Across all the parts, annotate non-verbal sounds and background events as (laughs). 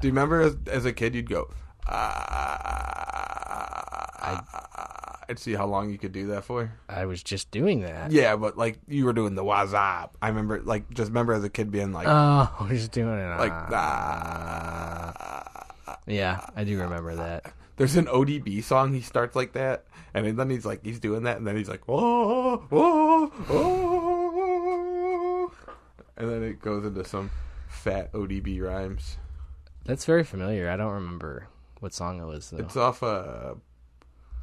Do you remember as, as a kid you'd go ah, and see how long you could do that for? I was just doing that. Yeah, but like you were doing the wazab. I remember like just remember as a kid being like Oh, (laughs) I was doing it. like uh, ah. Yeah, I do remember that. There's an ODB song. He starts like that, and then he's like he's doing that, and then he's like oh oh oh, and then it goes into some fat ODB rhymes. That's very familiar. I don't remember what song it was though. It's off uh,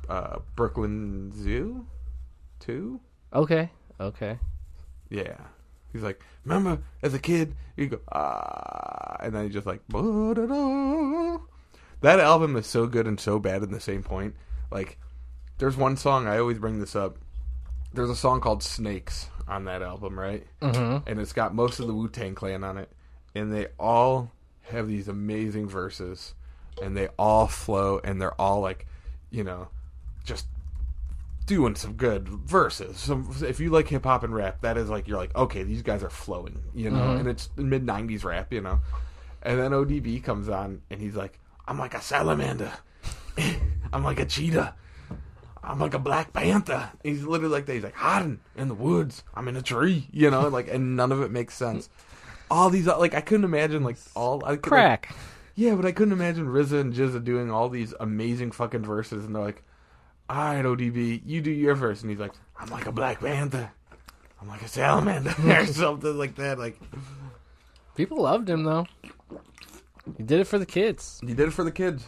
uh Brooklyn Zoo, two. Okay. Okay. Yeah. He's like, remember as a kid, you go ah, and then he's just like, "Ba-da-da." that album is so good and so bad in the same point. Like, there's one song I always bring this up. There's a song called "Snakes" on that album, right? Mhm. And it's got most of the Wu Tang Clan on it, and they all have these amazing verses, and they all flow, and they're all like, you know, just doing some good verses. Some if you like hip hop and rap, that is like you're like, okay, these guys are flowing, you know, and it's mid nineties rap, you know. And then ODB comes on and he's like, I'm like a salamander. (laughs) I'm like a cheetah. I'm like a black panther. He's literally like that. He's like hiding in the woods. I'm in a tree, you know, like and none of it makes sense. All these like I couldn't imagine like all I could, like, Crack. yeah, but I couldn't imagine RZA and Jizza doing all these amazing fucking verses, and they're like, "All right, ODB, you do your verse," and he's like, "I'm like a black panther, I'm like a salamander, (laughs) or something like that." Like People loved him though. He did it for the kids. he did it for the kids.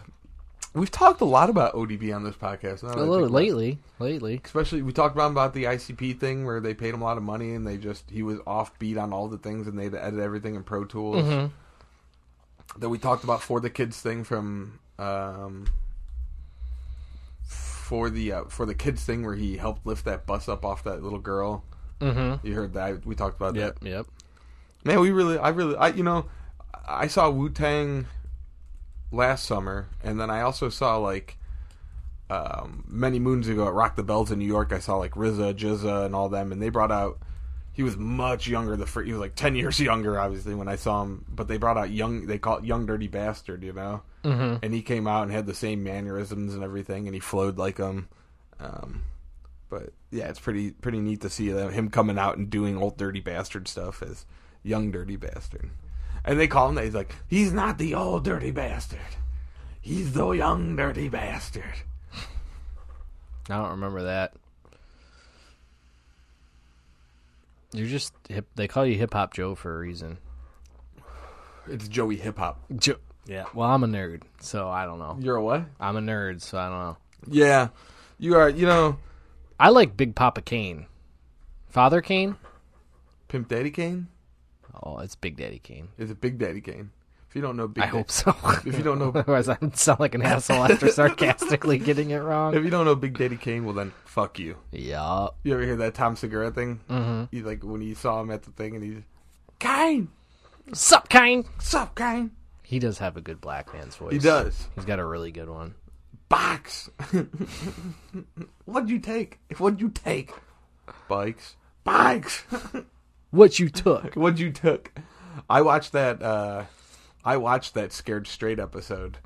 We've talked a lot about ODB on this podcast, now that I A little think about it. lately. Lately. Especially, we talked about about the ICP thing where they paid him a lot of money, and they just he was offbeat on all the things, and they had to edit everything in Pro Tools. Mhm. that we talked about for the kids thing from um for the uh, for the kids thing where he helped lift that bus up off that little girl. Mm-hmm. You heard that we talked about Yep. Yep. that. Man, we really I really I you know I saw Wu Tang last summer and then I also saw like um, many moons ago at Rock the Bells in New York I saw like RZA, Jizza and all them and they brought out he was much younger the fir- he was like 10 (laughs) years younger obviously when I saw him but they brought out young they call it young dirty bastard, you know Mm-hmm. and he came out and had the same mannerisms and everything, and he flowed like him. Um, but yeah, it's pretty pretty neat to see them, him coming out and doing old dirty bastard stuff as young dirty bastard. And they call him that. He's like, he's not the old dirty bastard. He's the young dirty bastard. I don't remember that. You're just hip. They call you Hip Hop Joe for a reason. It's Joey Hip Hop. Joe. Yeah. Well, I'm a nerd, so I don't know. You're a what? I'm a nerd, so I don't know. Yeah, you are. You know, I like Big Papa Kane. Father Kane? Pimp Daddy Kane Oh, it's Big Daddy Kane. is it Big Daddy Kane? If you don't know, Big I Daddy, hope so. (laughs) If you don't know, Otherwise, I would sound like an asshole (laughs) after sarcastically getting it if wrong. you don't know Big Daddy Kane, well then fuck you. Yup. You ever hear that Tom Segura thing? Mm-hmm. He like when he saw him at the thing, and he's Kane, Sup, Kane? sup Kane. He does have a good black man's voice. He does He's got a really good one. box. (laughs) What'd you take? What'd you take? Bikes, bikes. (laughs) What you took? What'd you took? I watched that. uh I watched that Scared Straight episode.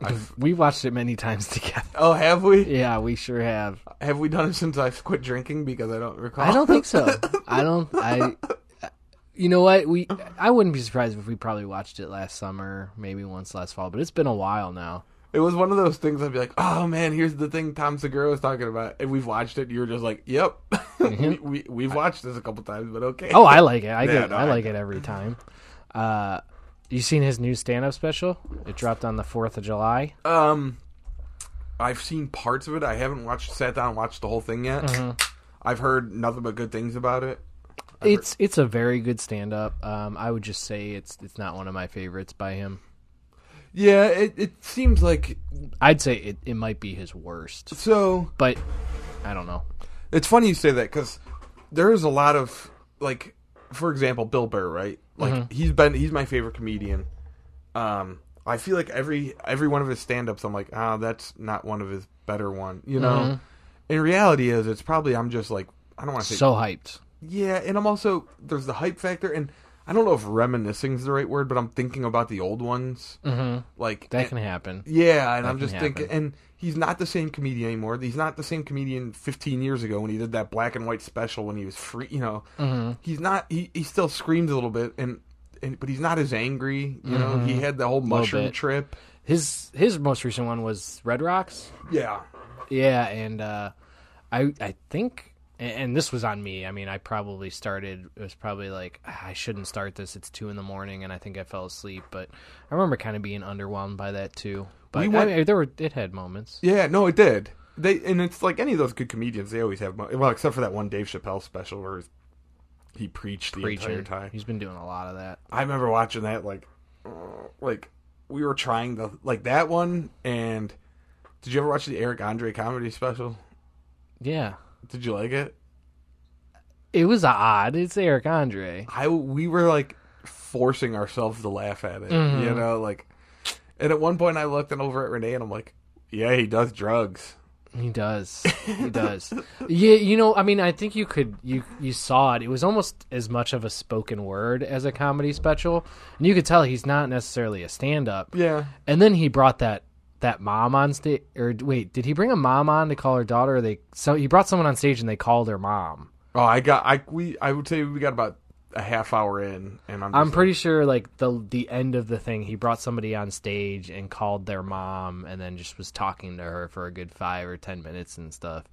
I've, We watched it many times (laughs) together. oh, have we? Yeah, we sure have. Have we done it since I've quit drinking? Because I don't recall. I don't think so. I don't. I. You know what? We. I wouldn't be surprised if we probably watched it last summer, maybe once last fall. But it's been a while now. It was one of those things I'd be like, oh man, here's the thing Tom Segura was talking about. And we've watched it. and You were just like, yep. (laughs) we, we, we've watched this a couple times, but okay. Oh, I like it. I get. no, I I like it every time. Uh, you seen his new stand-up special? It dropped on the Fourth of July. Um, I've seen parts of it. I haven't watched, sat down and watched the whole thing yet. I've heard nothing but good things about it. It's it's a very good stand-up. Um, I would just say it's it's not one of my favorites by him. Yeah, it, it seems like. I'd say it, it might be his worst, So, but I don't know. it's funny you say that because there is a lot of, like, for example, Bill Burr, right? Like, he's been, he's my favorite comedian. um I feel like every every one of his stand ups I'm like, ah, that's not one of his better one, you know? in reality is it's probably I'm just like I don't want to say So hyped. yeah, and I'm also there's the hype factor, and I don't know if reminiscing's the right word, but I'm thinking about the old ones, hmm like eh, That can happen. yeah, and I'm can just thinking, and he's not the same comedian anymore. He's not the same comedian 15 years ago when he did that black and white special when he was free. You know, Mm-hmm. he's not. He he still screams a little bit, and. And, but he's not as angry, you know. He had the whole mushroom Mm-hmm. bit. trip. His his most recent one was Red Rocks. Yeah, Yeah, and uh, I I think and- and this was on me. I mean, I probably started. It was probably like "Ah, I shouldn't start this. It's two in the morning, and I think I fell asleep. But I remember kind of being underwhelmed by that too. But We went- I mean, there were it had moments. yeah. No, it did. They and it's like any of those good comedians. They always have mo- well, except for that one Dave Chappelle special where he preached the entire Preaching. time. He's been doing a lot of that. I remember watching that like uh, like we were trying the like that one and did you ever watch the Eric Andre comedy special? Yeah, Did you like it? it was odd. It's Eric Andre. I we were like forcing ourselves to laugh at it. You Mm-hmm. know, like and at one point I looked and over at Renee and I'm like, "Yeah, he does drugs." He does. He (laughs) does. yeah, you know, I mean, I think you could you you saw it. It was almost as much of a spoken word as a comedy special, and you could tell he's not necessarily a stand up. Yeah. And then he brought that that mom on stage. Or wait, did he bring a mom on to call her daughter? Or they so he brought someone on stage and they called her mom. Oh, I got I we I would say we got about a half hour in and I'm just I'm pretty sure like the the end of the thing, he brought somebody on stage and called their mom, and then just was talking to her for a good five or ten minutes and stuff.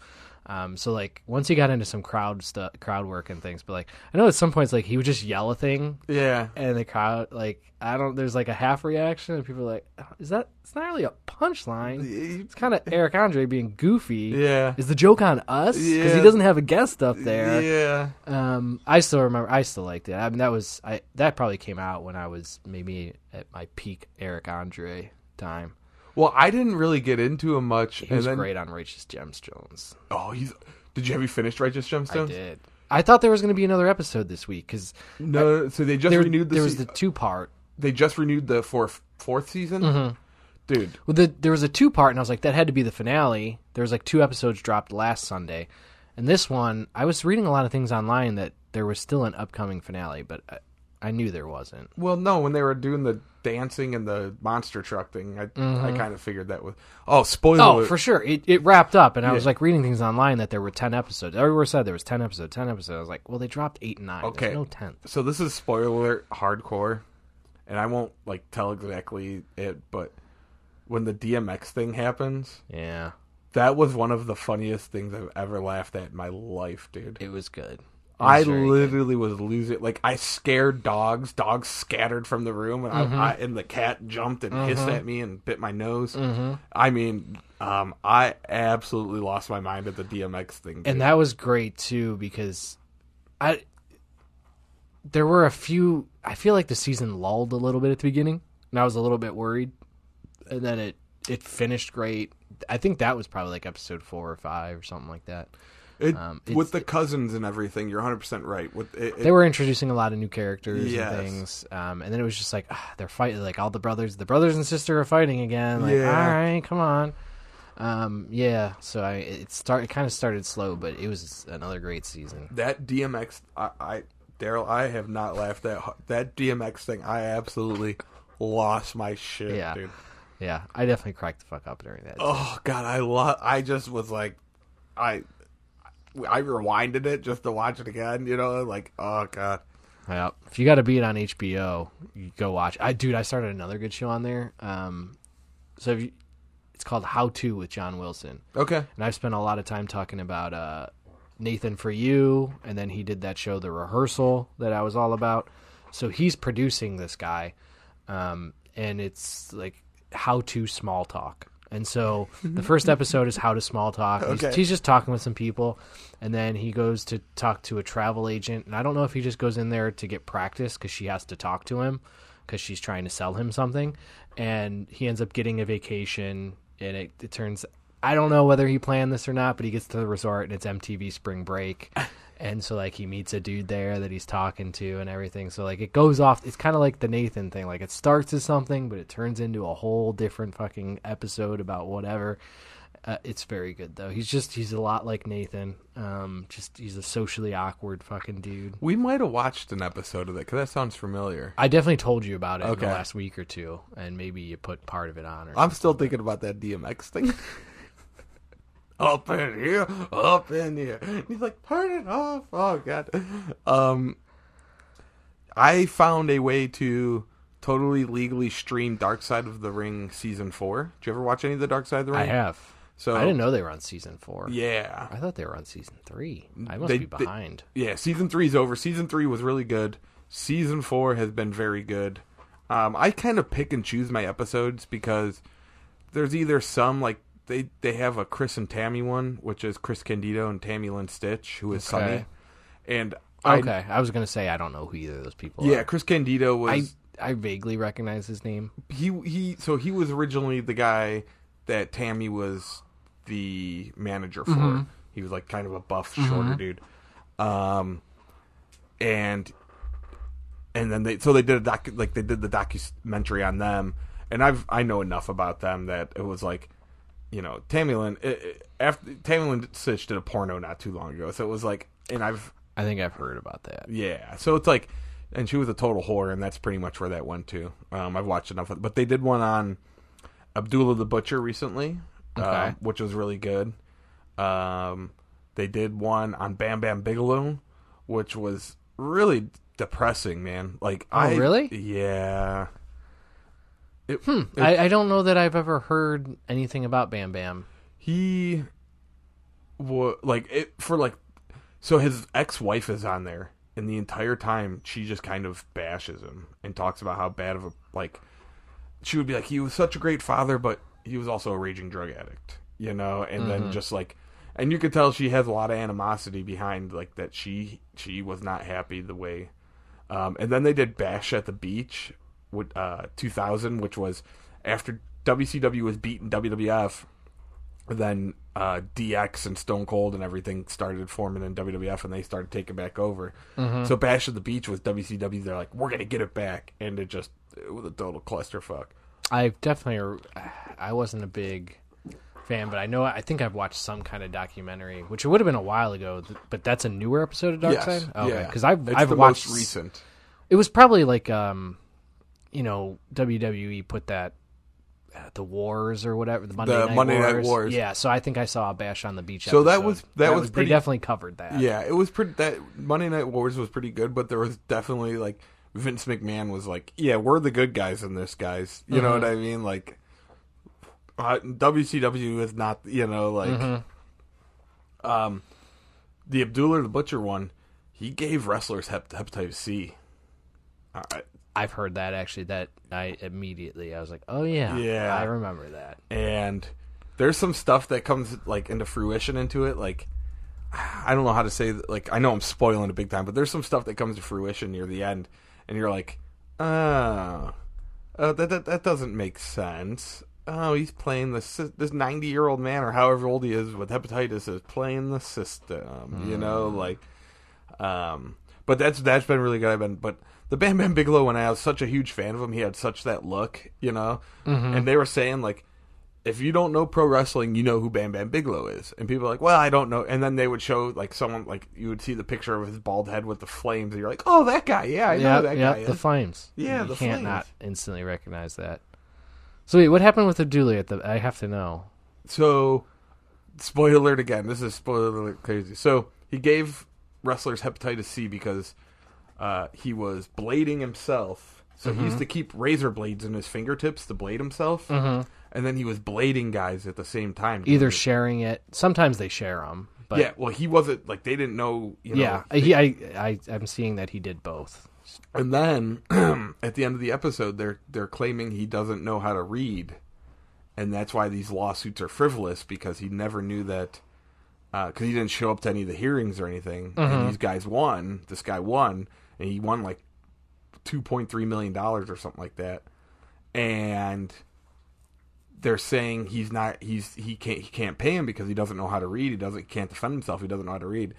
Um, so like once he got into some crowd stuff, crowd work and things, but like I know at some points like he would just yell a thing, Yeah. and the crowd like I don't. There's like a half reaction, and people are like, "Uh, "Is that? It's not really a punchline. It's kind of Eric Andre being goofy." Yeah. Is the joke on us? Because Yeah. he doesn't have a guest up there. Yeah. Um, I still remember. I still liked it. I mean, that was I. That probably came out when I was maybe at my peak Eric Andre time. Well, I didn't really get into him much He and was then great on Righteous Gemstones. Oh, he's. Did you have you finished Righteous I Gemstones? did. I thought there was going to be another episode this week because No, no, so they just there, renewed the, there was se- the two part. they just renewed the fourth fourth season. Mm-hmm. Dude, Well, the, there was a two part, and I was like, that had to be the finale. There was like two episodes dropped last Sunday, and this one, I was reading a lot of things online that there was still an upcoming finale, but I, I knew there wasn't. well, no, when they were doing the dancing and the monster truck thing, I I kind of figured that was. Oh, spoiler! Mm-hmm. Oh, alert. for sure. It, it wrapped up, and I was like reading things online that there were ten episodes. Everywhere said there was ten episodes, ten episodes. I was like, well, they dropped eight and nine. Okay. There's no tenth. so this is spoiler alert, hardcore, and I won't like tell exactly it, but when the DMX thing happens, Yeah, that was one of the funniest things I've ever laughed at in my life, dude. it was good. It I was very- literally was losing. Like I scared dogs. Dogs scattered from the room, and Mm-hmm. I, I and the cat jumped and hissed at me and bit my nose. Mm-hmm. I mean, um, I absolutely lost my mind at the DMX thing. dude. and that was great too because I there were a few. I feel like the season lulled a little bit at the beginning, and I was a little bit worried, and then it it finished great. I think that was probably like episode four or five or something like that. It- um, with the cousins and everything, you're 100 percent right. With it, it- they were introducing a lot of new characters Yes. and things, um, and then it was just like ah, they're fighting, like all the brothers, the brothers and sister are fighting again. Like, Yeah. all right, come on, um, yeah. So I it start it kind of started slow, but it was another great season. that DMX, I, I Daryl, I have not laughed that hard. that DMX thing. I absolutely lost my shit, Yeah. dude. Yeah, I definitely cracked the fuck up during that. Oh god, I lo- I just was like, I, I rewinded it just to watch it again. You know, like oh god, Yeah. If you got to be it on HBO, you go watch. I dude, I started another good show on there. Um, so if you, it's called How to with John Wilson. okay, and I've spent a lot of time talking about uh, Nathan for you, and then he did that show, The Rehearsal, that I was all about. So he's producing this guy, um, and it's like how to small talk. And so the first episode is how to small talk. He's- Okay. He's, just talking with some people, and then he goes to talk to a travel agent. And I don't know if he just goes in there to get practice because she has to talk to him because she's trying to sell him something. And he ends up getting a vacation, and it, it turns. I don't know whether he planned this or not, but he gets to the resort and it's MTV Spring Break. And so like he meets a dude there that he's talking to and everything. So like it goes off. It's kind of like the Nathan thing. Like it starts as something, but it turns into a whole different fucking episode about whatever. Uh, it's very good though. He's just he's a lot like Nathan. Um, just he's a socially awkward fucking dude. We might have watched an episode of that because that sounds familiar. I definitely told you about it in Okay. the last week or two, and maybe you put part of it on. Or I'm still thinking about that DMX thing. (laughs) up in here, up in here. And he's like, turn it off. Oh god. Um, I found a way to totally legally stream Dark Side of the Ring season four. Did you ever watch any of the Dark Side of the Ring? I have. So I didn't know they were on season four. Yeah. I thought they were on season three. I must They- be they- behind. yeah, season three's over. Season three was really good. Season four has been very good. Um, I kind of pick and choose my episodes because there's either some like they they have a Chris and Tammy one, which is Chris Candido and Tammy Lynn Stitch, who is Okay. Sunny, and I, okay, I was gonna say I don't know who either of those people. yeah, are. Chris Candido I was I vaguely recognize his name. he he so he was originally the guy that Tammy was the manager for. He was like kind of a buff, shorter dude. Um, and and then they so they did a docu like they did the documentary on them, and I've I know enough about them that it was like, you know, Tammy Lynn it, it- after Tammy Lynn Sitch did a porno not too long ago, so it was like, and I've I think I've heard about that. yeah. So it's like, and she was a total whore, and that's pretty much where that went to. Um, I've watched enough of But they did one on Abdullah the Butcher recently, uh, Okay. which was really good. Um, they did one on Bam Bam Bigelow, which was really depressing, man. Like, I Oh, really? Yeah. It, I, I don't know that I've ever heard anything about Bam Bam. he was like it for like so his ex-wife is on there and the entire time she just kind of bashes him and talks about how bad of a like she would be like he was such a great father but he was also a raging drug addict you know and then just like and you could tell she has a lot of animosity behind like that she she was not happy the way um, and then they did Bash at the Beach, with, uh, 2000, which was after WCW was beaten WWF. Then uh, DX and Stone Cold and everything started forming in WWF, and they started taking back over. Mm-hmm. So Bash at the Beach was WCW. They're like, we're gonna get it back, and it just it was a total clusterfuck. I've definitely, I wasn't a big fan, but I know I think I've watched some kind of documentary, which it would have been a while ago. th- But that's a newer episode of Dark Side. yeah. because I've It's I've the watched most recent. It was probably like um, you know, WWE put that uh, the wars or whatever the Monday, The Night, Monday Night wars. Wars. Yeah, so I think I saw a Bash on the Beach. So that episode. was- that was pretty- they definitely covered that. Yeah, it was pretty. That Monday Night Wars was pretty good, but there was definitely like Vince McMahon was like, "Yeah, we're the good guys in this, guys." You know what I mean? Like, uh, WCW is not, you know, like, um, the Abdullah the Butcher one. He gave wrestlers hep- hepatitis C. Uh, I've heard that actually. That I immediately I was like, oh yeah, Yeah. I remember that. and there's some stuff that comes like into fruition into it like i don't know how to say that like i know i'm spoiling it big time but there's some stuff that comes to fruition near the end and you're like oh uh, that, that that doesn't make sense oh he's playing the sys- this 90 year old man or however old he is with hepatitis is playing the system you know like um, but that's that's been really good. I've been but the Bam Bam Bigelow when I was such a huge fan of him, he had such that look, you know. And they were saying like, if you don't know pro wrestling, you know who Bam Bam Bigelow is. And people are like, well, I don't know. And then they would show like someone like you would see the picture of his bald head with the flames, and you're like, oh, that guy, yeah, I know Yeah, that yeah, guy. the is. flames. Yeah, you the can't flames. not instantly recognize that. So wait, what happened with the Dooley at the? I have to know. so spoiler alert again this is spoiler alert crazy so he gave wrestlers hepatitis c because uh, he was blading himself so he Mm-hmm. used to keep razor blades in his fingertips to blade himself and then he was blading guys at the same time Mm-hmm. Either sharing it. Sometimes they share them, but Mm-hmm. yeah well he wasn't like they didn't know you know yeah, he, I, I, I'm seeing that he did both. And then (clears throat) at the end of the episode, they're they're claiming he doesn't know how to read, and that's why these lawsuits are frivolous because he never knew that because he didn't show up to any of the hearings or anything. And these guys won. This guy won, and he won like two point three million dollars or something like that. And they're saying he's not he's he can't he can't pay him because he doesn't know how to read. He doesn't he can't defend himself. He doesn't know how to read.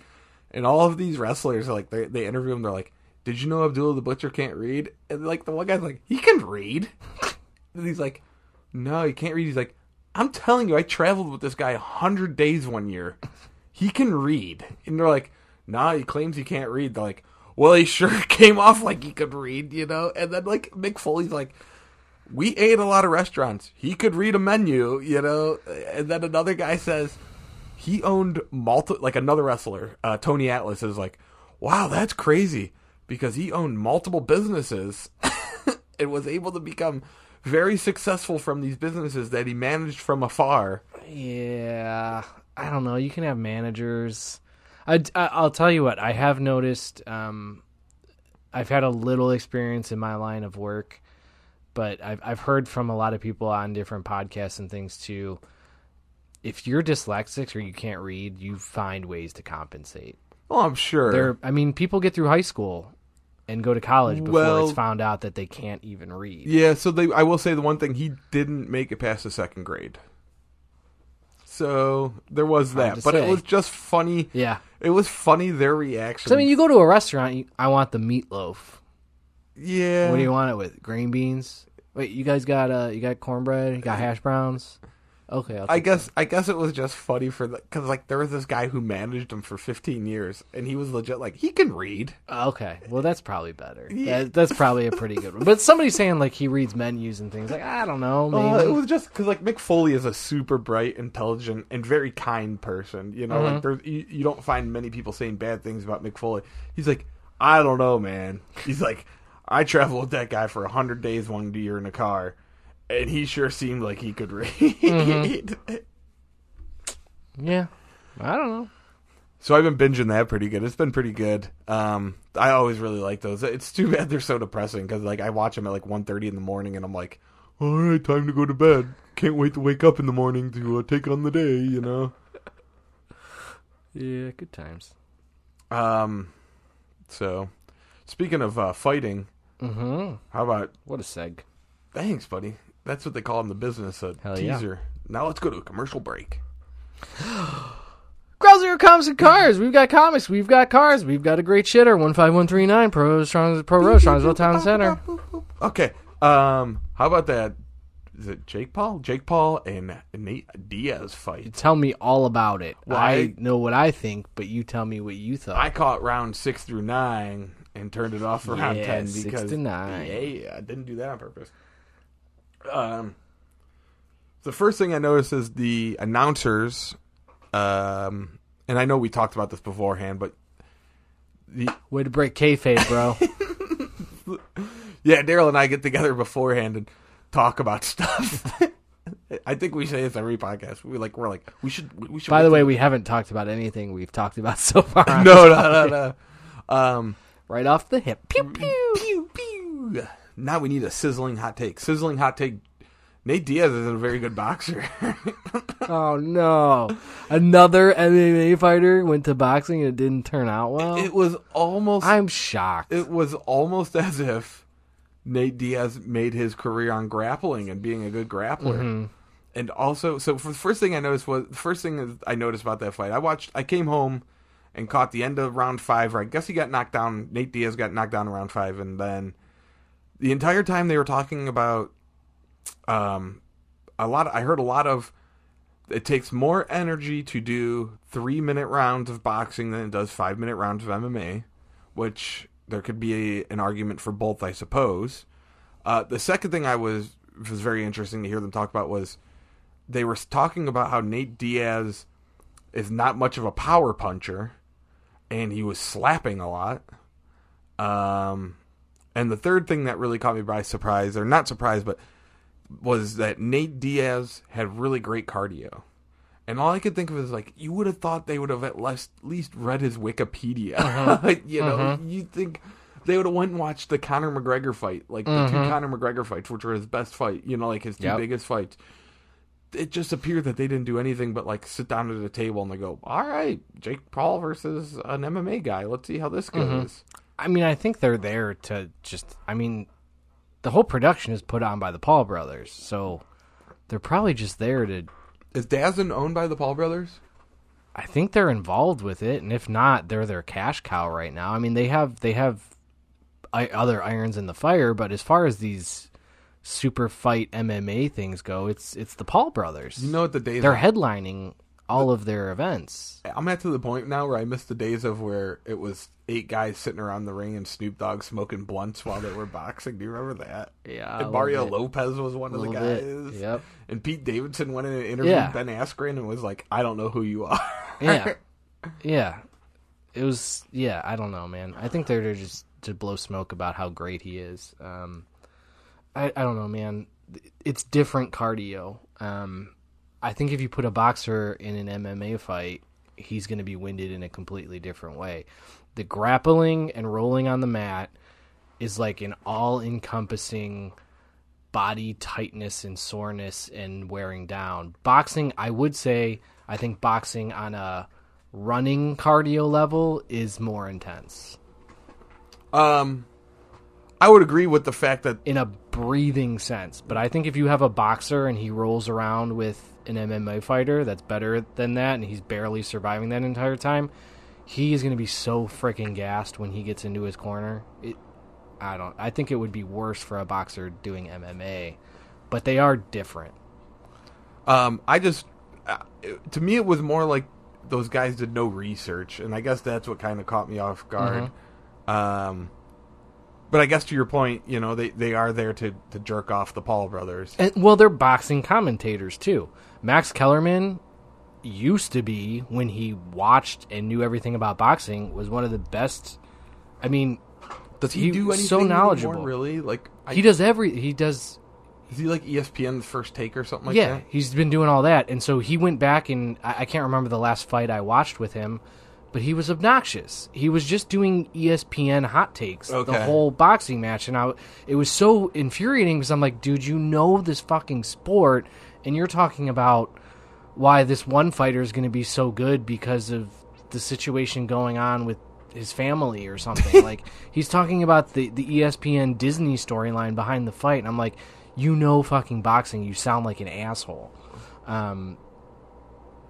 And all of these wrestlers are like they they interview him. They're like, "Did you know Abdullah the Butcher can't read?" (laughs) And like the one guy's like, "He can read." and he's like, "No, he can't read." He's like, I'm telling you, I traveled with this guy 100 days one year. He can read. And they're like, nah, he claims he can't read. They're like, well, he sure (laughs) came off like he could read, you know? And then, like, Mick Foley's like, we ate a lot of restaurants. He could read a menu, you know? And then another guy says, he owned multi, like another wrestler, uh, Tony Atlas, is like, wow, that's crazy because he owned multiple businesses (laughs) and was able to become very successful from these businesses that he managed from afar. Yeah, I don't know. You can have managers. I, I will tell you what I have noticed. Um, I've had a little experience in my line of work, but I've I've heard from a lot of people on different podcasts and things too. If you're dyslexic or you can't read, you find ways to compensate. Oh, I'm sure. There, I mean, people get through high school and go to college before Well- it's found out that they can't even read. yeah, so they, I will say the one thing he didn't make it past the second grade. So there was that, to but it say. was just funny. Yeah. It was funny their reaction. So I mean, you go to a restaurant. You, I want the meatloaf. yeah. What do you want it with? Green beans. Wait, you guys got uh, you got cornbread. You got hash browns. Okay, I'll I take guess I guess it was just funny for because like there was this guy who managed him for 15 years and he was legit like he can read. Okay, well that's probably better. That, that's probably a pretty good one. But somebody's saying like he reads menus and things like I don't know. Maybe. Uh, it was just because like Mick Foley is a super bright, intelligent, and very kind person. You know, Uh-huh. like there's you, you don't find many people saying bad things about Mick Foley. He's like, I don't know, man. He's like, I traveled with that guy for hundred days one year in a car, and he sure seemed like he could read. Mm-hmm. (laughs) yeah, I don't know. So I've been binging that pretty good. It's been pretty good. Um, I always really like those. It's too bad they're so depressing because like I watch them at like 1.30 in the morning and I'm like, all right, time to go to bed. Can't wait to wake up in the morning to uh, take on the day. You know. Yeah, good times. Um, so speaking of uh, fighting, Mm-hmm. how about What a seg. thanks, buddy? That's what they call in the business a Hell yeah. teaser. Now let's go to a commercial break. Ground Zero Comics and Cars. We've got comics. We've got cars. We've got a great shitter. One five one three nine. Pro Strong Pro Road. Strongsville Town Center. Okay. Um, how about that? Is it Jake Paul? Jake Paul and Nate Diaz fight. Tell me all about it. Why? I know what I think, but you tell me what you thought. I caught round six through nine and turned it off for round Yeah, ten six because to nine. yeah, I didn't do that on purpose. Um, the first thing I noticed is the announcers, um, and I know we talked about this beforehand, but the Way to break kayfabe, (laughs) bro. yeah, Daryl and I get together beforehand and talk about (laughs) stuff. I think we say this every podcast. We like we're like we should we should. By wait the way, we haven't talked about anything we've talked about (laughs) so far. till- (laughs) no, no, no, no. Um, Right off the hip. Mm-hmm. Pew pew. pew pew. Now we need a sizzling hot take. Sizzling hot take. Nate Diaz isn't a very good boxer. (laughs) Oh no! Another MMA fighter went to boxing and it didn't turn out well. it was almost. I'm shocked. It was almost (laughs) as if Nate Diaz made his career on grappling and being a good grappler. And also, so for the first thing I noticed was the first thing is- I noticed about that fight. I watched. I came home and caught the end of round five. Where I guess he got knocked down. Nate Diaz got knocked down in round five, and then the entire time they were talking about um a lot I heard a lot of it takes more energy to do 3 minute rounds of boxing than it does 5 minute rounds of MMA which there could be a, an argument for both I suppose uh the second thing I was was very interesting to hear them talk about was they were talking about how Nate Diaz is not much of a power puncher and he was slapping a lot um and the third thing that really caught me by surprise, or not surprise, but was that Nate Diaz had really great cardio. And all I could think of is like you would have thought they would have at least, least read his Wikipedia. (laughs) you know, you think they would have went and watched the Conor McGregor fight, like the two Conor McGregor fights, which were his best fight. You know, like his two Yep. biggest fights. It just appeared that they didn't do anything but like sit down at a table and they go, "All right, Jake Paul versus an MMA guy. Let's see how this goes." I mean, I think they're there to just. I mean, the whole production is put on by the Paul brothers, so they're probably just there to. Is Dazn owned by the Paul brothers? I think they're involved with it, and if not, they're their cash cow right now. uh, I mean, they have they have I, other irons in the fire, but as far as these super fight MMA things go, it's it's the Paul brothers. You know what the days They're headlining all of their events. I'm at to the point now where I miss the days of where it was eight guys sitting around the ring and Snoop Dogg smoking blunts while they were boxing. Do you remember that? Yeah, And Mario Lopez was one of the Little bit, guys. yep. And Pete Davidson went in and interviewed Yeah. Ben Askren and was like, "I don't know who you are." (laughs) yeah, yeah. It was yeah. I don't know, man. I think they're there just to blow smoke about how great he is. Um, I I don't know, man. It's different cardio. Um, I think if you put a boxer in an MMA fight, he's going to be winded in a completely different way. The grappling and rolling on the mat is like an all-encompassing body tightness and soreness and wearing down. Boxing, I would say, I think boxing on a running cardio level is more intense. um, I would agree with the fact that in a breathing sense. But I think if you have a boxer and he rolls around with an MMA fighter that's better than that and he's barely surviving that entire time, he is going to be so freaking gassed when he gets into his corner. It I don't I think it would be worse for a boxer doing MMA, but they are different. Um, I just, uh, it- to me, it was more like those guys did no research, and I guess that's what kind of caught me off guard. Mm-hmm. Um, but I guess to your point, you know, they, they are there to, to jerk off the Paul brothers. And well, they're boxing commentators too. Max Kellerman used to be when he watched and knew everything about boxing was one of the best I mean, Does he was so knowledgeable. anymore, really? Like, I, he does every he does is he like E ESPN's first take or something like yeah that? he's been doing all that and so he went back and I, I can't remember the last fight i watched with him but he was obnoxious he was just doing E espn hot takes the Okay. whole boxing match and i it was so infuriating because i'm like dude you know this fucking sport and you're talking about why this one fighter is going to be so good because of the situation going on with his family or something. like he's talking about the the E ESPN Disney storyline behind the fight, and I'm like, you know, fucking boxing. You sound like an asshole. Um,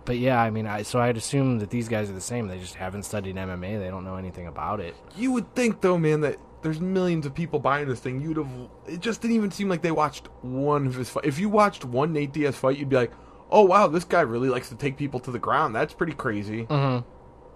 but yeah, I mean, I so I'd assume that these guys are the same. They just haven't studied MMA. They don't know anything about it. You would think, though, man, that there's millions of people buying this thing. You'd have. It just didn't even seem like they watched one of his fight. If you watched one Nate Diaz fight, you'd be like, "Oh wow, this guy really likes to take people to the ground. That's pretty crazy."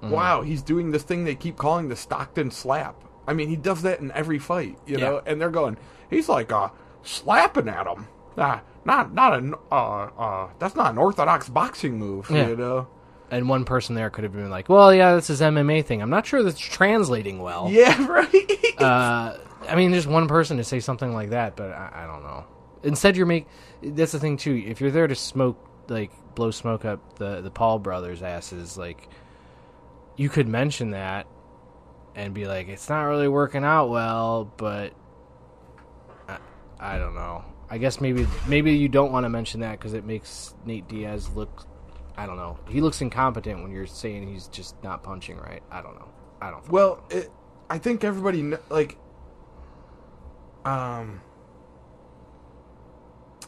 Wow, he's doing this thing they keep calling the Stockton slap. I mean, he does that in every fight, you know. And they're going, he's like uh, slapping at him. Nah, not not an uh, uh, that's not an orthodox boxing move, Yeah. you know. And one person there could have been like, well, yeah, this is MMA thing. I'm not sure that's translating well. Yeah, (laughs) right. uh, I mean, there's one person to say something like that, but I, I don't know. Instead, you're make. That's the thing too. If you're there to smoke, like blow smoke up the the Paul brothers' asses, like you could mention that and be like, it's not really working out well, but I, I don't know. I guess maybe maybe you don't want to mention that because it makes Nate Diaz look. I don't know. He looks incompetent when you're saying he's just not punching right. I don't know. I don't. Well, it, I think everybody kn- like. Um.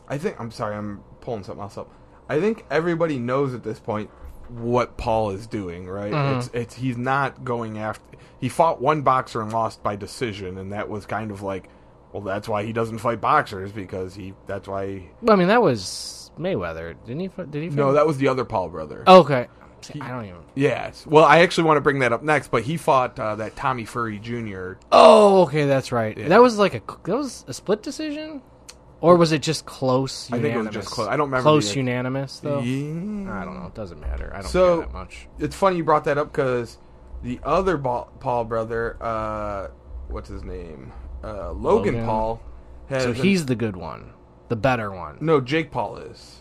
I think I'm sorry. I'm pulling something else up. I think everybody knows at this point what Paul is doing. Right? Mm-hmm. It's it's he's not going after. He fought one boxer and lost by decision, and that was kind of like, well, that's why he doesn't fight boxers because he. That's why. Well, I mean, that was Mayweather, didn't he? fi- Did he? fi- No, that was the other Paul brother. Oh, okay. See, I don't even. Yes. Well, I actually want to bring that up next, but he fought uh, that Tommy Furry Jr. Oh, okay, that's right. That was like a that was a split decision, or was it just close? think it was Unanimous? just close. I don't remember Close the- unanimous though. Yeah. Oh. I don't know. It doesn't matter. I don't So- care that much. it's funny you brought that up because the other Ba- Paul brother, uh, what's his name, uh, Logan, Logan. Paul, has So a- he's the good one, the better one. no Jake Paul is.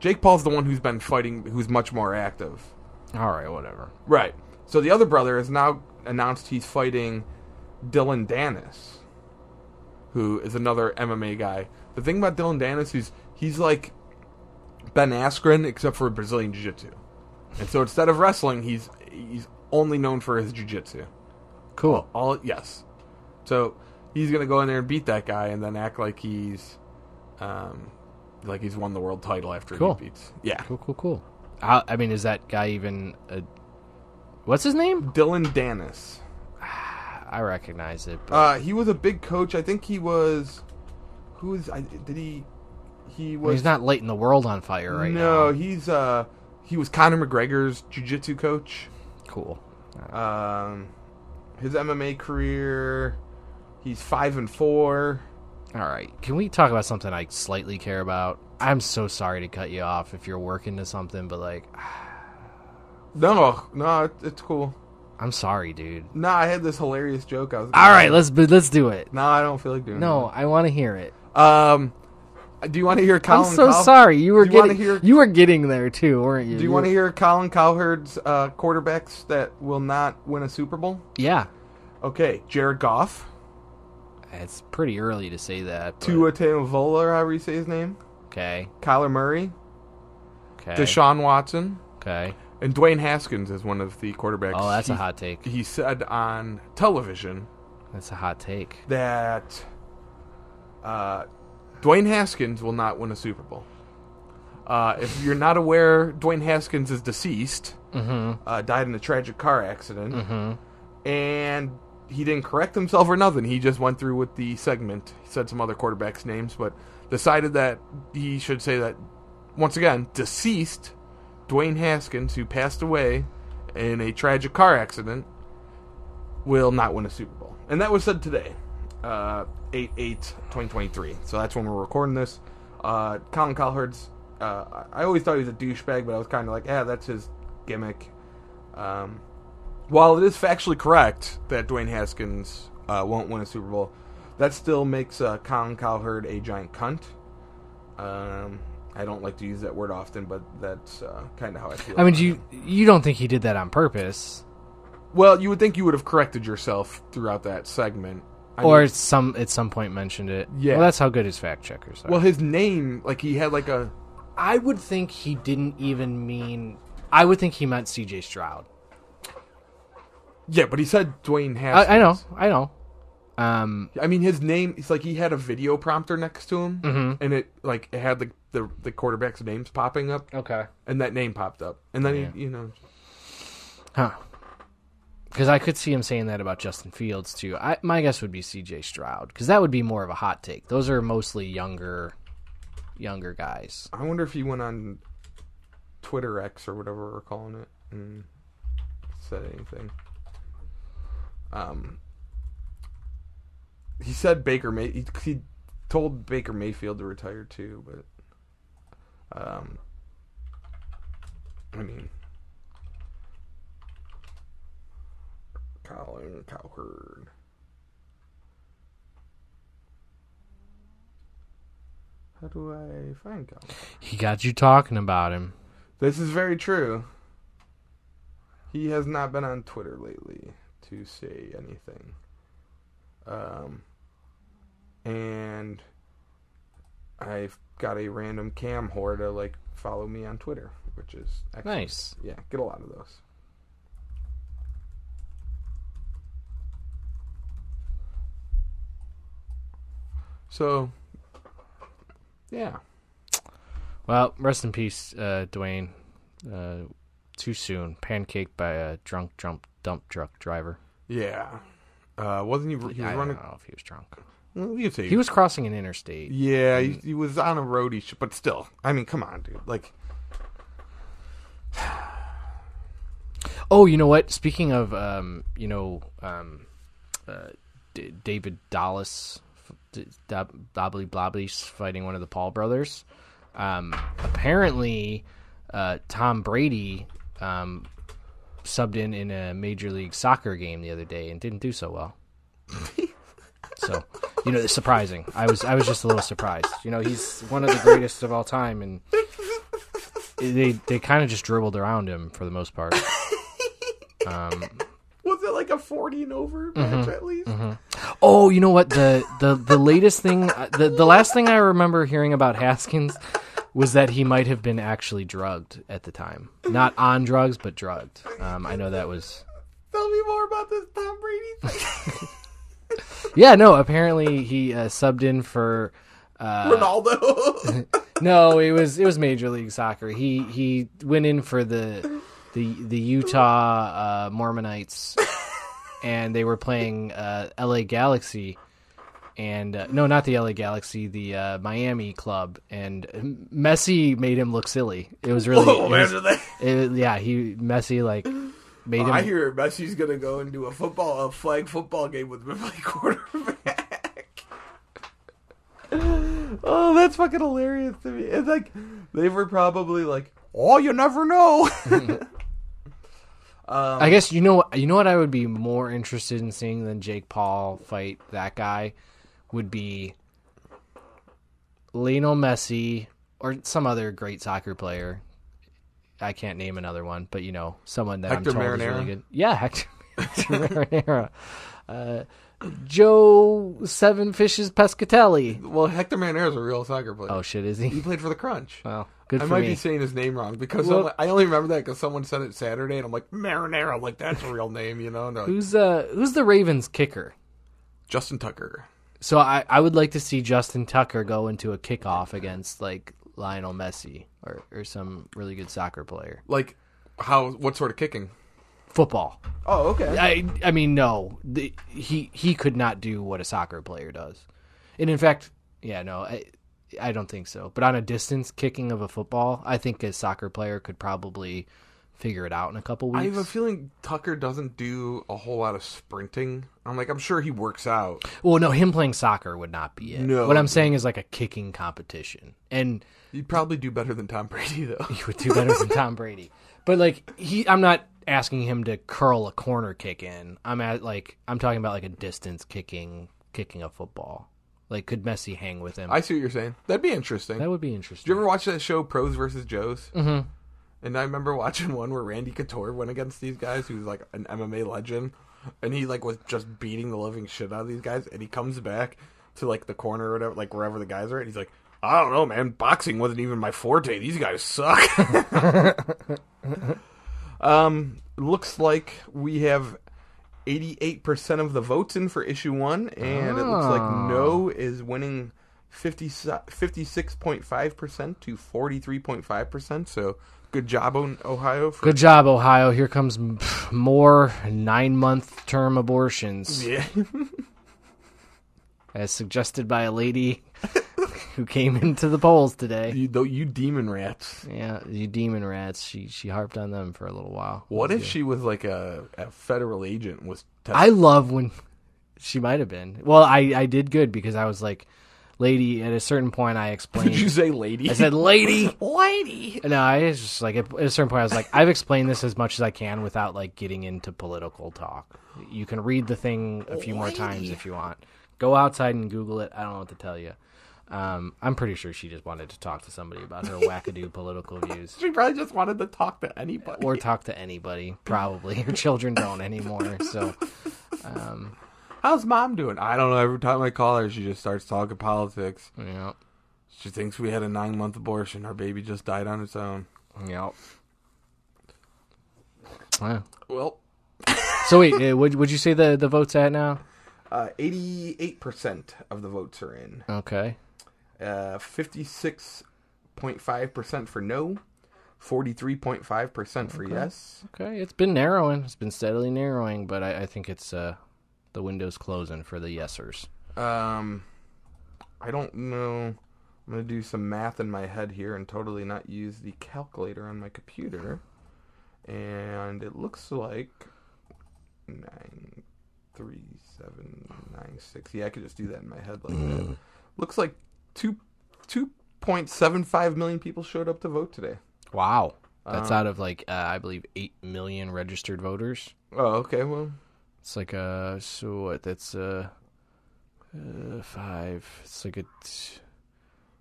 Jake Paul's the one who's been fighting, who's much more active. All right, whatever. Right. So the other brother has now announced he's fighting Dylan Dennis, who is another MMA guy. The thing about Dylan Dennis is he's like Ben Askren except for Brazilian Jiu-Jitsu. And so instead of wrestling, he's he's only known for his jiu-jitsu. Cool. All yes. So he's gonna go in there and beat that guy, and then act like he's, um, like he's won the world title after Cool. he beats. Yeah, Cool. Cool. Cool. How, I mean, is that guy even? A, what's his name? Dylan Dennis. I recognize it. But Uh, he was a big coach. I think he was. who's I, did he? He I mean, was he's not lighting the world on fire right Uh, no, now. he's uh he was Conor McGregor's jiu-jitsu coach. Cool. Um, his MMA career, he's five and four. All right. Can we talk about something I slightly care about? I'm so sorry to cut you off if you're working to something, but like, No, no, it- it's cool. I'm sorry, dude. No, I had this hilarious joke. I was All right, let's let's do it. No, I don't feel like doing. No, I want to hear it. that. Um, do you want to hear Colin? I'm so Cow- sorry. You were Do you wanna getting hear- you were getting there too, weren't you? Do you want to hear Colin Cowherd's uh, quarterbacks that will not win a Super Bowl? Yeah, Okay, Jared Goff, it's pretty early to say that. but- Tua Tagovailoa, however you say his name, Okay. Kyler Murray, Okay. Deshaun Watson, Okay. and Dwayne Haskins is one of the quarterbacks. Oh, that's a He- hot take. He said on television That's a hot take. that uh, Dwayne Haskins will not win a Super Bowl. Uh, if you're not aware, Dwayne Haskins is deceased, Mm-hmm. uh, died in a tragic car accident, Mm-hmm. and he didn't correct himself or nothing. He just went through with the segment. He said some other quarterbacks' names, but decided that he should say that once again, deceased Dwayne Haskins, who passed away in a tragic car accident, will not win a Super Bowl. And that was said today, uh, 8 8 2023. So that's when we're recording this. Uh, Colin Cowherd's, uh, I always thought he was a douchebag, but I was kind of like, yeah, that's his gimmick. Um, while it is factually correct that Dwayne Haskins uh, won't win a Super Bowl, that still makes uh, Colin Cowherd a giant cunt. Um, I don't like to use that word often, but that's uh, kind of how I feel. I mean, about you you don't think he did that on purpose, well, you would think you would have corrected yourself throughout that segment. I or mean, at some at some point mentioned it? Yeah. Well, that's how good his fact checkers are. well, his name, like he had like a I would think he didn't even mean. I would think he meant C.J. Stroud. yeah, but he said Dwayne Haskins. I, I know. I know. Um. I mean, his name. It's like he had a video prompter next to him, Mhm. and it like it had the, the the quarterback's names popping up, Okay. and that name popped up, and then he, you know, Huh. Because I could see him saying that about Justin Fields too. I, my guess would be C.J. Stroud because that would be more of a hot take. Those are mostly younger, younger guys. I wonder if he went on Twitter X or whatever we're calling it and said anything. Um, he said Baker May he, he told Baker Mayfield to retire too, but um, I mean, Colin Cowherd. How do I find Colin? He got you talking about him. This is very true. He has not been on Twitter lately to say anything. Um, and I've got a random cam whore to like follow me on Twitter, which is excellent. Nice. Yeah, get a lot of those. So, yeah. Well, rest in peace, uh, Dwayne. Uh, too soon. Pancaked by a drunk jump dump truck driver. Yeah. Uh, wasn't he? He I was don't running. know if he was drunk. Well, you say He was Mm. crossing an interstate. Yeah, he, he was on a roadie ship, but still, I mean, come on, dude. Like, Oh, you know what? Speaking of, um, you know, um, uh, D- David Dallas, f- D- Dob- Dobbly Blobly's fighting one of the Paul brothers. Um, apparently, uh, Tom Brady um, subbed in in a Major League Soccer game the other day and didn't do so well. so, you know, it's surprising. I was I was just a little surprised. You know, he's one of the greatest of all time, and they they kind of just dribbled around him for the most part. was it like a forty and over Mm-hmm. match at least? Oh, you know what the the the latest thing uh, the the last thing I remember hearing about Haskins was that he might have been actually drugged at the time, not on drugs but drugged. Um, I know that was Tell me more about this Tom (laughs) Brady thing. yeah no. Apparently he uh, subbed in for uh, (laughs) Ronaldo. no it was it was Major League Soccer. He he went in for the the the Utah uh, Mormonites and they were playing uh, L.A. Galaxy. and uh, no, not the LA Galaxy, the uh, Miami club, and Messi made him look silly. It was really, Oh, it was- imagine that. it- yeah, he Messi like made him. Oh, I hear Messi's gonna go and do a football, a flag football game with my (laughs) quarterback. (laughs) oh, that's fucking hilarious to me. It's like they were probably like, "Oh, you never (laughs) know." (laughs) Um, I guess you know you know what I would be more interested in seeing than Jake Paul fight that guy would be Lionel Messi or some other great soccer player. I can't name another one, but you know someone that Hector I'm told is really Marinara? good. Yeah, (laughs) Hector, Hector Marinara. Uh, Joe Seven Fishes Pescatelli. well, Hector Manera is a real soccer player. Oh shit, is He (laughs) he? played for the Crunch. Well, good I for might me. be saying his name wrong because Well- I'm like- I only remember that because someone said it Saturday, and I'm like Marinara, I'm like that's a real name, you know? And they're like, who's uh who's the Ravens kicker? Mm-hmm. Justin Tucker. So I, I would like to see Justin Tucker go into a kickoff against like Lionel Messi or, or some really good soccer player. Like, how? What sort of kicking? Football. Oh, okay. I I mean no, the, he he could not do what a soccer player does. And in fact, yeah, no, I I don't think so. But on a distance kicking of a football, I think a soccer player could probably figure it out in a couple I have a weeks. feeling Tucker doesn't do a whole lot of sprinting. I'm like, I'm sure he works out. well, no, him playing soccer would not be it. No. What I'm saying is like a kicking competition. And He'd probably do better than Tom Brady, (laughs) though. he would do better than Tom Brady. But like he, I'm not asking him to curl a corner kick in. I'm at like I'm talking about like a distance kicking, kicking a football. Like could Messi hang with him? I see what you're saying. That'd be interesting. that Did would be you interesting. ever watch that show Pros versus Joes? Mm-hmm. And I remember watching one where Randy Couture went against these guys, who's like an MMA legend, and he like was just beating the living shit out of these guys. And he comes back to like the corner or whatever, like wherever the guys are, and he's like, I don't know, man. Boxing wasn't even my forte. These guys suck. (laughs) Um, looks like we have 88% of the votes in for issue one, and it looks like no is winning 50, 56.5% to 43.5%. So good job, O- Ohio. For, Good job, Ohio. Here comes m- pff, more nine month term (laughs) abortions, Yeah. as suggested by a lady (laughs) who came into the polls today. you, though, you demon rats. Yeah, you demon rats. She she harped on them for a little while. What if she was like a, a federal agent? and Was test- I love when she might have been. Well, I, I did good because I was like, lady, at a certain point, I Did you (laughs) explained. say lady? I said, lady. lady. No, I was just like, at a certain point, I was like, I've explained this as much as I can without like getting into political talk. You can read the thing a few more times if you want. Go outside and Google it. I don't know what to tell you. Um, I'm pretty sure she just wanted to talk to somebody about her wackadoo political views. She probably just wanted to talk to anybody. Or talk to anybody, probably. Her children don't anymore, so How's mom doing? I don't know. Every time I call her, she just starts talking politics. you know. She thinks we had a nine month abortion. Our baby just died on its own. Yep. Wow. Well, So wait, uh, would would you say the the votes at now? eighty eight uh, percent of the votes are in. Okay. Fifty six point five percent for no. Forty three point five percent for yes. Okay. It's been narrowing. It's been steadily narrowing, but I, I think it's uh the window's closing for the yesers. Um, I don't know. I'm gonna do some math in my head here and totally not use the calculator on my computer. And it looks like nine three seven nine six. Yeah, I could just do that in my head like that. Looks like two two point seven five million people showed up to vote today. Um, Wow. That's out of like uh, I believe eight million registered voters. Oh, okay. Well, It's like uh so what? That's uh, uh five. It's like a t- it's,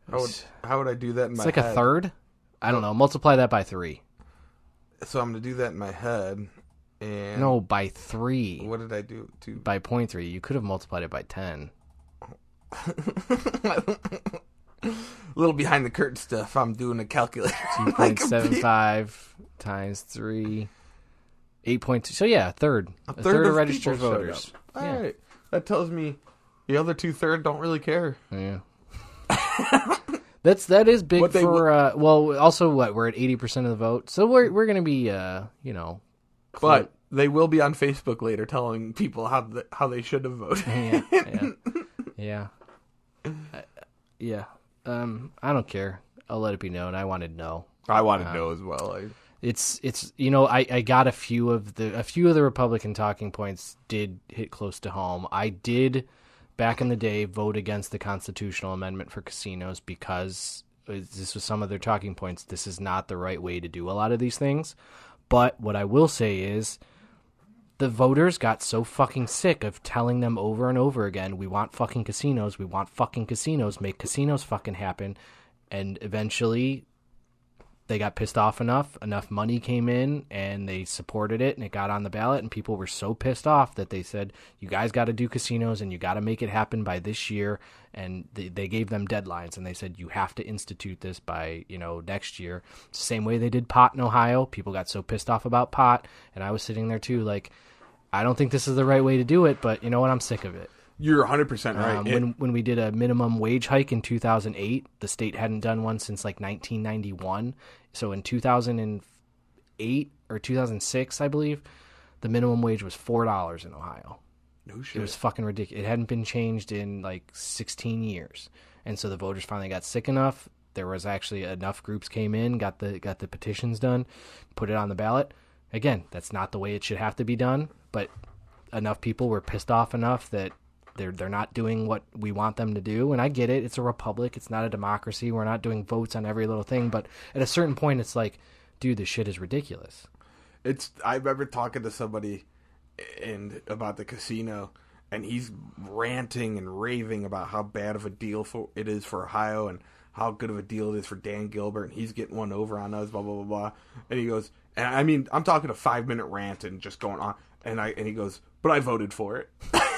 how would how would I do that Oh, in my like head? a third. I don't know. Multiply that by three. So I'm gonna do that in my head. And No, by three. what did I do to (laughs) by point three. You could have multiplied it by ten. a little behind the curtain stuff. I'm doing a (laughs) calculator. (laughs) Two point seven five times three, eight point two. So yeah, a third, a third, of registered people showed voters. up. All right, that tells me the other two third don't really care. (laughs) Yeah, that's that is big What they for. Uh, well, also what we're at eighty percent of the vote, so we're we're gonna be uh, you know, (laughs) But they will be on Facebook later telling people how the, how they should have voted. yeah, yeah. (laughs) Yeah. I- yeah. Um, I don't care. I'll let it be known. I wanted no. I want to know as well. Like, It's it's you know I, I got a few of the a few of the Republican talking points did hit close to home. I did back in the day vote against the constitutional amendment for casinos because uh, this was some of their talking points. This is not the right way to do a lot of these things. But what I will say is the voters got so fucking sick of telling them over and over again, we want fucking casinos, we want fucking casinos, make casinos fucking happen. And eventually they got pissed off enough, enough money came in and they supported it and it got on the ballot and people were so pissed off that they said, you guys got to do casinos and you got to make it happen by this year. And they, they gave them deadlines and they said, you have to institute this by, you know, next year. Same way they did pot in Ohio. People got so pissed off about pot. And I was sitting there too, like, I don't think this is the right way to do it, but you know what? I'm sick of it. you're 100% right. Um, It- when when we did a minimum wage hike in 2008, the state hadn't done one since like 1991. So in 2008 or 2006, I believe, the minimum wage was four dollars in Ohio. no It shit. was fucking ridiculous. It hadn't been changed in like 16 years, and so the voters finally got sick enough. There was actually enough groups came in, got the got the petitions done, put it on the ballot. Again, that's not the way it should have to be done, but enough people were pissed off enough that they're they're not doing what we want them to do. And I get it; it's a republic, it's not a democracy. We're not doing votes on every little thing, but at a certain point, it's like, dude, this shit is ridiculous. It's I remember talking to somebody and about the casino and he's ranting and raving about how bad of a deal for it is for Ohio and how good of a deal it is for Dan Gilbert and he's getting one over on us, blah blah blah blah. And he goes and I mean I'm talking a five minute rant and just going on and I and he goes, But I voted for it. (laughs)